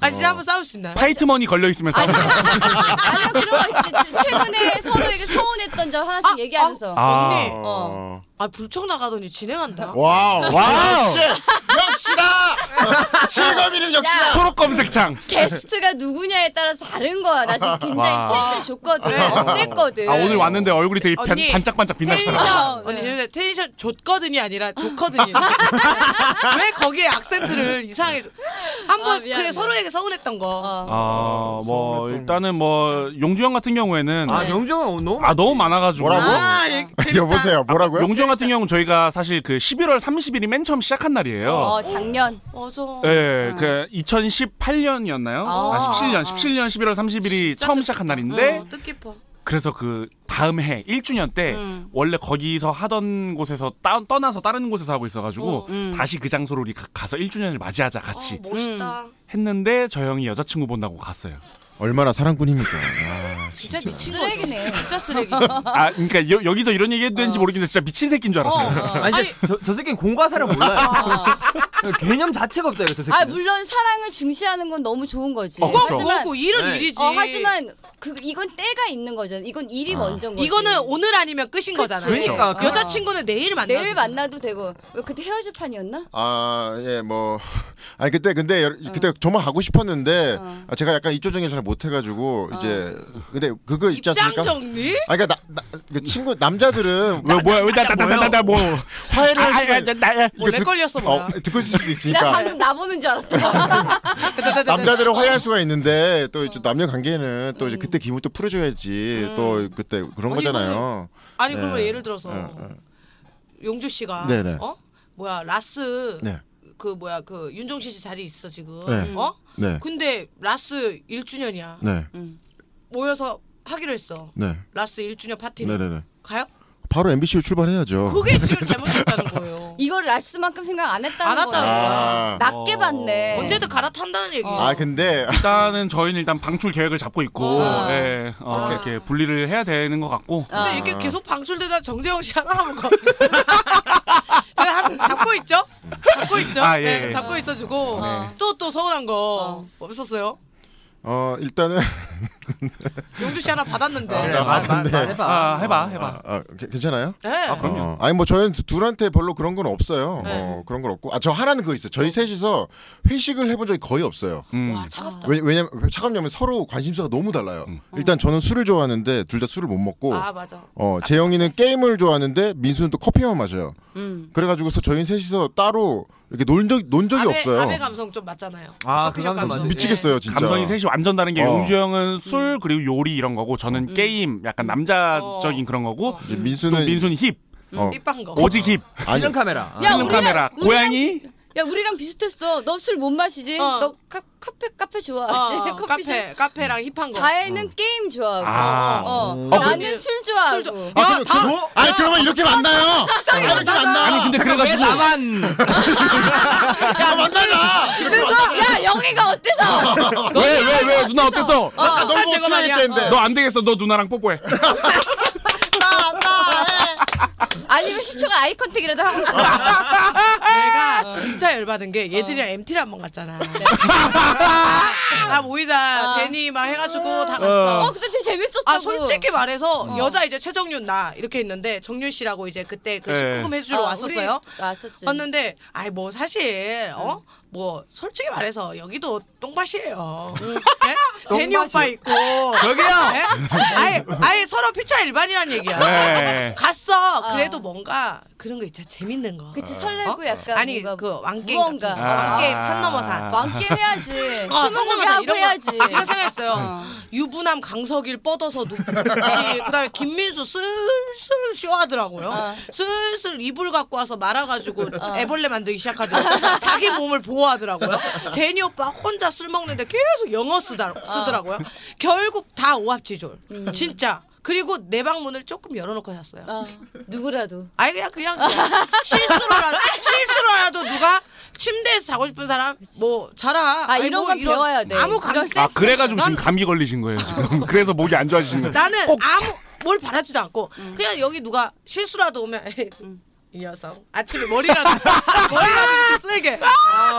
A: 아 진짜 한번 싸울 수 있나요?
D: 파이트머니 걸려 있으면 싸우는 거.
B: 아니요 그런 거 있지. 최근에 서로에게 서운했던 점 하나씩
A: 아,
B: 얘기하면서.
D: 아.
A: 언니.
B: 어.
A: 아 불청 나가더니 진행한다.
C: 어, 와우 와우 역시 역시다 실감이는 역시다.
D: 초록 검색창.
B: 게스트가 누구냐에 따라서 다른 거야. 나 지금 굉장히
D: 와.
B: 텐션 줬거든. 업됐거든.
D: 아 오늘 왔는데 얼굴이 되게 반,
A: 언니.
D: 반짝반짝
B: 아,
D: 빛났어요.
A: 텐션 언니
B: 네.
A: 죄송해요. 텐션 줬거든이 아니라 줬거든이 왜 거기에 악센트를 이상하게 줘? 한번
B: 아, 미안,
A: 그래
B: 미안.
A: 서로에게 서운했던 거
B: 어.
D: 아뭐 아, 뭐, 일단은 뭐 용주 형 같은 경우에는
E: 아
D: 아,
E: 영종은 너무
D: 너무 어? 많아가지고
C: 뭐라고?
A: 아, 예.
C: 여보세요 뭐라고요?
D: 용주 형 같은 경우는 저희가 사실 그 11월 30일이 맨 처음 시작한 날이에요.
B: 어, 작년.
A: 맞아.
D: 예, 그 2018년이었나요?
B: 아,
D: 아, 17년,
B: 아.
D: 17년 11월 30일이 처음 시작한 날인데
A: 어, 뜻깊어.
D: 그래서 그 다음 해 1주년 때
B: 음.
D: 원래 거기서 하던 곳에서 따, 떠나서 다른 곳에서 하고 있어가지고
A: 어,
B: 음.
D: 다시 그 장소로 우리 가, 가서 1주년을 맞이하자 같이
A: 아, 멋있다.
B: 음.
D: 했는데 저 형이 여자친구 본다고 갔어요.
C: 얼마나 사랑꾼입니까? 아,
A: 진짜 미친 거죠.
D: 어,
B: 쓰레기네.
A: 진짜 쓰레기.
D: 아, 그러니까 여, 기서 이런 얘기 해도 되는지 모르겠는데 진짜 미친 새끼인 줄 알았어요.
E: 아니,
A: 아니,
E: 진짜 저, 저 새끼는 공과사를 몰라요. 개념 자체가 없다 이거 저 새끼.
B: 아 물론 사랑을 중시하는 건 너무 좋은 거지.
D: 어, 그렇죠.
B: 하지만
A: 그거고 일은
E: 네.
A: 일이지.
B: 어, 하지만 그 이건 때가 있는 거죠. 이건
D: 아.
B: 일이 먼저인 거지.
A: 이거는 오늘 아니면 끝인 거잖아.
E: 그러니까,
A: 그 여자친구는 내일 만나.
B: 내일 만나도 되고 왜 그때 헤어질 판이었나?
C: 아, 예, 뭐. 아니, 그때, 근데, 여-
A: 어.
C: 그때 정말 가고 싶었는데, 아, 제가 약간 입조정이 잘 못해가지고, 이제, 근데 그거 있지
A: 어. 입장
C: 않습니까?
A: 정리?
C: 아, 그니까, 나, 나, 그 친구, 남자들은
D: 왜 뭐야? 왜나나나나 뭐? 아,
C: 화해를
A: 아,
C: 할 수가 있-
D: 나나
C: 이거
A: 원래
C: 듣-
A: 걸렸어 뭐야. 네,
C: 어, 듣고 있을 수도
B: 나
C: 있으니까.
B: 방금 나 보는 줄 그러니까 알았어.
A: 네,
C: 남자들은 화해할 수가 있는데, 또
A: 어.
C: 이제 남녀 관계는 또 이제 그때 기분 또 풀어줘야지, 또 그때 그런
A: 음. 아니,
C: 거잖아요.
A: 아니
C: 네.
A: 그러면 예를 들어서
C: 어,
A: 용주 씨가
C: 네네.
A: 어 뭐야 라스
C: 네.
A: 그 뭐야 그 윤종신 씨 자리 있어 지금
C: 네.
A: 어?
C: 네.
A: 근데 라스 1주년이야
C: 네.
A: 모여서 하기로 했어
C: 네.
A: 라스 1주년 파티
C: 네. 네. 네.
A: 가요?
C: 바로 MBC로 출발해야죠.
A: 그게 지금 잘못했다는 거예요
B: 이걸 라스만큼 생각 안
A: 안
B: 했다는
A: 했다는 어.
B: 거야.
C: 거야.
B: 낮게 봤네.
A: 언제든 갈아탄다는 얘기예요
C: 아, 근데.
D: 일단은 저희는 일단 방출 계획을 잡고 있고
B: 어.
D: 예, 어, 이렇게 분리를 해야 되는 것 같고
B: 아.
A: 근데 이렇게 계속 방출되다 정재영 씨 하나 남은 거 제가 한, 잡고 있죠? 잡고 있죠?
D: 아, 예,
A: 네,
D: 예.
A: 잡고 있어주고
D: 네.
A: 또 또 서운한
B: 어.
A: 거 없었어요?
C: 어 일단은
A: 용주 씨 하나 받았는데
E: 그래,
C: 나
E: 말- 네, 말-
C: 아, 네, 맞는데.
E: 말해봐.
D: 아, 해봐, 해봐.
C: 아, 아, 괜- 괜찮아요?
A: 네.
D: 아 그럼요.
C: 어, 아니 뭐 저희는 두- 둘한테 별로 그런 건 없어요.
A: 네.
C: 어, 그런 건 없고. 아 저 하나는 그거 있어요. 저희 셋이서 회식을 해본 적이 거의 없어요.
D: 음.
B: 아,
A: 와 차갑다
C: 왜, 왜냐면 차갑냐면 서로 관심사가 너무 달라요.
A: 음.
C: 일단 저는 술을 좋아하는데 둘 다 술을 못 먹고
A: 아 맞아
C: 어, 재영이는 게임을 좋아하는데 민수는 또 커피만 마셔요.
B: 음.
C: 그래가지고서 저희 셋이서 따로 이렇게 논, 적, 논 적이
A: 아베-
C: 없어요. 어.
A: 아베 감성 좀 맞잖아요.
E: 아,
A: 커피숍
E: 그 감성 맞아요.
C: 미치겠어요 진짜.
D: 감성이 셋이 완전 다른 게
C: 어.
D: 용주 형은 술 그리고 요리 이런 거고 저는 게임 약간 남자적인
A: 어.
D: 그런 거고
A: 어.
C: 이제
D: 또
C: 민수는
D: 민수는 힙
C: 어,
A: 삐빵 거.
D: 오직 힙
C: 아니
E: 필름 카메라.
B: 야,
D: 필름
B: 우리랑-
D: 카메라
B: 우리랑-
D: 고양이
B: 야 우리랑 비슷했어. 너 술 못 마시지?
A: 어.
B: 너 카, 카페 카페 좋아하지?
A: 어,
B: 커피숍.
A: 카페 카페랑 힙한 거.
B: 다혜는 게임 좋아하고.
D: 아.
B: 어.
A: 어,
B: 나는
A: 근데-
B: 술 좋아하고.
C: 아,
A: 야,
C: 그럼,
A: 다-
C: 그거? 아니 그러면 이렇게 만나요. 아니 이렇게 만나.
D: 근데
E: 왜
D: 그래가지고
E: 나만
C: 야 만날라. 이렇게
B: 그래서 야 영희가 어때서?
D: 왜 왜 왜 누나 어땠어
C: 만나. 너무
A: 아, 제가 말이야. 아,
C: 못주했는데
D: 너 안 되겠어 너 누나랑 뽀뽀해
A: 나, 나, 예.
B: 아니면 10초간 아이 컨택이라도 하고 있어. 내가
A: 진짜 열받은 게 얘들이랑 MT를 한 번 갔잖아.
B: 네.
A: 다 모이자.
B: 어.
A: 베니 막 해가지고 다 갔어.
B: 어 그때 되게 재밌었다고.
A: 아 솔직히 말해서 어. 여자 이제 최정윤 나 이렇게 있는데 정윤 씨라고 이제 그때 그
E: 예.
D: 네.
A: 19금 해주러
B: 어,
A: 왔었어요.
B: 우리 왔었지.
A: 왔는데 아이 뭐 사실 어 뭐 솔직히 말해서 여기도 똥밭이에요. 네? 베니 오빠 있고
E: 저기요!
A: 네? 아예 아예 서로 피차 일반이란 얘기야.
D: 네.
A: 갔어.
B: 어.
A: 그래도 뭔가 그런 거 있잖아 재밌는 거.
B: 그치 설레고
A: 어?
B: 약간
A: 아니
B: 뭔가
A: 그 왕게임
B: 무언가.
A: 같은 거. 왕게임 산 넘어
D: 아.
A: 산.
B: 왕게 해야지.
A: 어,
B: 스무 고개
A: 산 넘어 산
B: 하고
A: 이런
B: 해야지.
A: 거 이런 생각했어요.
B: 어.
A: 유부남 강석일 뻗어서 누지 그다음에 김민수 슬슬 쇼하더라고요.
B: 어.
A: 슬슬 이불 갖고 와서 말아가지고
B: 어.
A: 애벌레 만들기 시작하더라고요. 자기 몸을 보호하더라고요. 데니 오빠 혼자 술 먹는데 계속 영어 쓰다, 쓰더라고요. 결국 다 오합지졸.
B: 음.
A: 진짜. 그리고 내 방문을 조금 열어놓고 잤어요.
B: 어, 누구라도.
A: 아니 그냥 그냥 그냥 실수로라도 실수로라도 누가 침대에서 자고 싶은 사람 뭐 자라.
B: 아, 이런
A: 뭐
B: 건 배워야 돼.
A: 아무
B: 이런
A: 감
D: 아 그래가지고 지금 감기 걸리신 거예요 지금. 그래서 목이 안 좋아지신 거예요.
A: 나는 아무 뭘 바라지도 않고
B: 음.
A: 그냥 여기 누가 실수라도 오면 에이, 이 녀석 아침에 머리라도
B: 아,
A: 머리라도 쓸게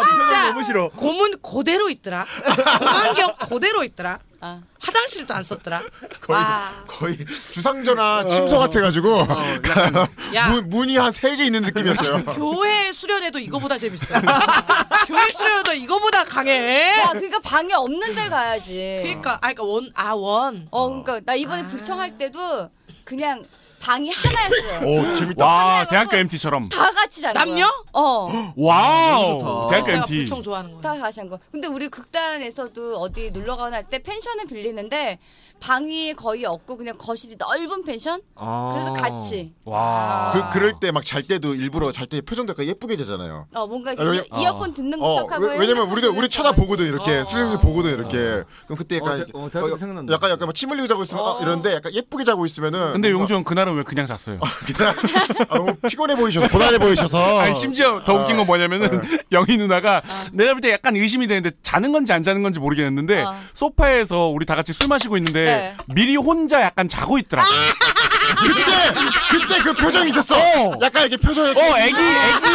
A: 진짜
F: 너무 싫어.
A: 고문 그대로 있더라 공안경 그대로 있더라
B: 아.
A: 화장실도 안 썼더라
C: 거의
A: 와.
C: 거의
D: 어.
C: 주상전화 침소 같아가지고
A: 어,
C: 그러니까
A: 야.
C: 문, 문이 한 세 개 있는 느낌이었어요.
A: 교회 수련회도 이거보다 재밌어 교회 수련회도 이거보다 강해
B: 야 그러니까 방이 없는 데 가야지.
A: 그러니까 아 그러니까 원아원
B: 어 그러니까 나 이번에 불청할 때도 그냥 방이 하나였어요.
C: 오 재밌다.
A: 아,
D: 와 대학교 MT처럼.
B: 다 같이 잔 거야.
A: 남녀?
B: 어.
D: 와우
E: 좋다.
D: 대학교
A: 내가
D: MT.
A: 불청 좋아하는 거야
B: 다 다시 한 거. 근데 우리 극단에서도 어디 놀러 가거나 할 때 펜션을 빌리는데 방이 거의 없고 그냥 거실이 넓은 펜션?
C: 아.
B: 그래서 같이
D: 와.
C: 그 그럴 때 막 잘 때도 일부러 잘 때 표정도 약간 예쁘게 자잖아요.
B: 어 뭔가
C: 아, 왜-
B: 이어, 폰 듣는 거
C: 어,
B: 척하고
C: 왜, 왜냐면 우리가 우리 쳐다보거든 이렇게 슬슬 보거든 이렇게 그럼 그때
E: 어,
C: 약간
E: 대-
C: 이렇게
E: 어, 대학교 생각난다.
C: 약간 약간 뭐 막침 흘리고 자고 있으면 아, 이런데 약간 예쁘게 자고 있으면은
D: 어. 근데
C: 뭔가-
D: 용주 형 그날은 왜 그냥 잤어요?
C: 그냥 아, 너무 피곤해 보이셔서 고단해 보이셔서
D: 아니 심지어 더 웃긴 건 뭐냐면은
C: 네.
D: 영희 누나가
A: 아.
D: 내가 볼 때 약간 의심이 되는데 자는 건지 안 자는 건지 모르겠는데
A: 아.
B: 어.
D: 소파에서 우리 다 같이 술 마시고 있는데
B: 네.
D: 미리 혼자 약간 자고 있더라.
A: 아,
C: 그때 그때 그 표정이 있었어
D: 어.
C: 약간 이렇게 표정이
D: 어 애기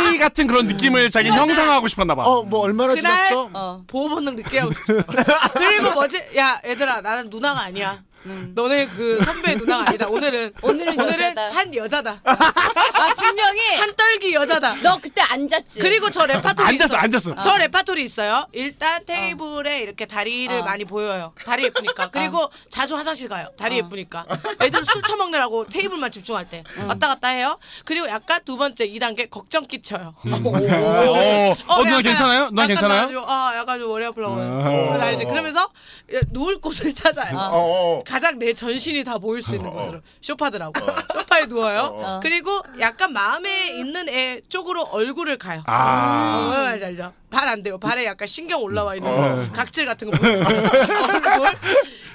D: 애기 같은
C: 음.
D: 그런 느낌을 자기 는 형상화하고 싶었나 봐.
C: 어뭐 얼마나
A: 그날-
C: 지났어
B: 어.
A: 보호 본능 늦게 하고 싶어. 그리고 뭐지? 야, 얘들아, 나는 누나가 아니야. 너네 그 선배 누나가 아니다. 오늘은
B: 음. 오늘은 여자다.
A: 한 여자다.
B: 아 분명히
A: 한 딸기 여자다.
B: 너 그때 안 잤지.
A: 그리고 저 레파토리
D: 앉았어
A: 있어요. 아.
D: 앉았어.
A: 저 레파토리 있어요. 일단 테이블에 이렇게 다리를
B: 어.
A: 많이 보여요. 다리 예쁘니까. 그리고 자주 화장실 가요. 다리 예쁘니까. 애들 술 처먹느라고 테이블만 집중할 때
B: 어.
A: 왔다 갔다 해요. 그리고 약간 두 번째 이단계 걱정 끼쳐요.
D: 음. 어, 어, 누나
A: 약간-
D: 괜찮아요? 누나
A: 약간
D: 괜찮아요? 어.
A: 나가지고, 아, 약간 좀 머리 아플라고요. 나 이제 그러면서 누울 곳을 찾아요.
C: 어어
A: 가장 내 전신이 다 보일 수 있는 곳으로 쇼파더라고. 쇼파에 누워요.
B: 어.
A: 그리고 약간 마음에 있는 애 쪽으로 얼굴을 가요.
D: 아.
A: 어, 왜 말인지 알죠? 발 안 돼요. 발에 약간 신경 올라와 있는
B: 어.
A: 거. 각질 같은 거 보여요. 얼굴.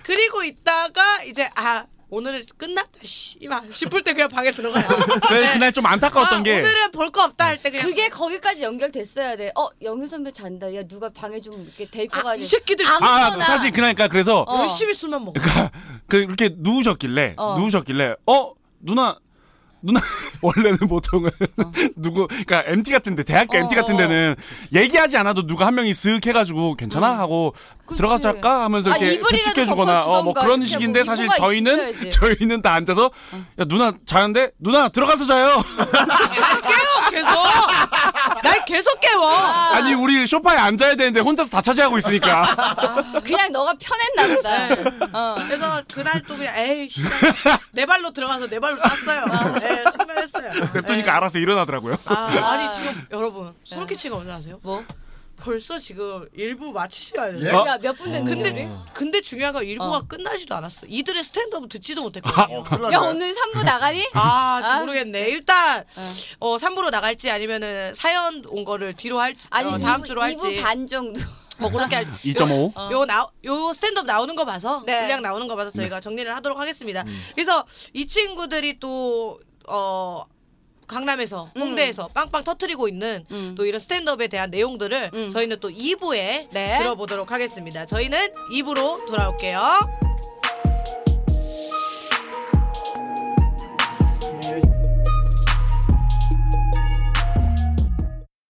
A: 그리고 있다가 이제 아 오늘은 끝났다 씨발 싶을 때 그냥 방에 들어가요.
D: 그래, 그날 좀 안타까웠던
A: 아,
D: 게
A: 오늘은 볼 거 없다 할 때 그냥
B: 그게 거기까지 연결됐어야 돼. 어 영희 선배 잔다. 야 누가 방에 좀 이렇게 데리고
A: 아,
B: 가야 돼.
A: 이 새끼들
D: 아
B: 아무거나.
D: 사실 그러니까 그래서
B: 어.
A: 열심히 술만 먹어.
D: 그렇게 누우셨길래
B: 어.
D: 누우셨길래 어 누나 누나 원래는 보통은 누구 그러니까 MT 같은데 대학교
B: 어,
D: MT
B: 어,
D: 같은 데는 얘기하지 않아도 누가 한 명이 슥 해가지고 괜찮아 하고
B: 음. 그치.
D: 들어가서 잘까 하면서
B: 아,
D: 이렇게
B: 이불이라도
D: 부축해주거나
B: 덮어주던가
D: 어, 뭐 그런
B: 이렇게
D: 식인데
B: 뭐
D: 사실
B: 이불만
D: 저희는
B: 있어야지. 어.
D: 저희는 다 앉아서 야 누나 자는데 누나 들어가서 자요
A: 깨워 계속. 날 계속 깨워.
D: 아니 우리 소파에 앉아야 되는데 혼자서 다 차지하고 있으니까
B: 그냥 너가 편했나
A: 네.
B: 보다. 어.
A: 그래서 그날 또 그냥 에이 씨. 내 발로 들어가서 내 발로 찼어요. 예, 성별했어요. 네.
D: 냅두니까 알아서 일어나더라고요
A: 아, 네. 아니 지금 여러분 소름끼치가 언제 아세요?
B: 뭐?
A: 벌써 지금 일부 마칠 시간이에요.
D: 어?
B: 야 몇 분 됐는데
A: 근데 음.
B: 우리?
A: 근데 중요한 건 일부가
B: 어.
A: 끝나지도 어. 않았어. 이들의 스탠드업 듣지도
C: 어,
A: 못했거든요.
D: 아.
B: 야 오늘 3부 나가니?
A: 아, 지금
B: 아.
A: 모르겠네. 일단 어 3부로 나갈지 아니면은 사연 온 거를 뒤로 할지
B: 아니
A: 어,
B: 이
A: 다음 주로
B: 2부,
A: 할지
B: 2부 반 정도.
A: 뭐 그렇게 할
D: 2.5
A: 요, 나, 요 스탠드업 나오는 거 봐서
B: 어. 네.
A: 분량 나오는 거 봐서 저희가 정리를 하도록 하겠습니다. 그래서 이 친구들이 또 어. 강남에서 홍대에서 빵빵 터트리고 있는
B: 음.
A: 또 이런 스탠드업에 대한 내용들을
B: 음.
A: 저희는 또 2부에
B: 네.
A: 들어보도록 하겠습니다. 저희는 2부로 돌아올게요.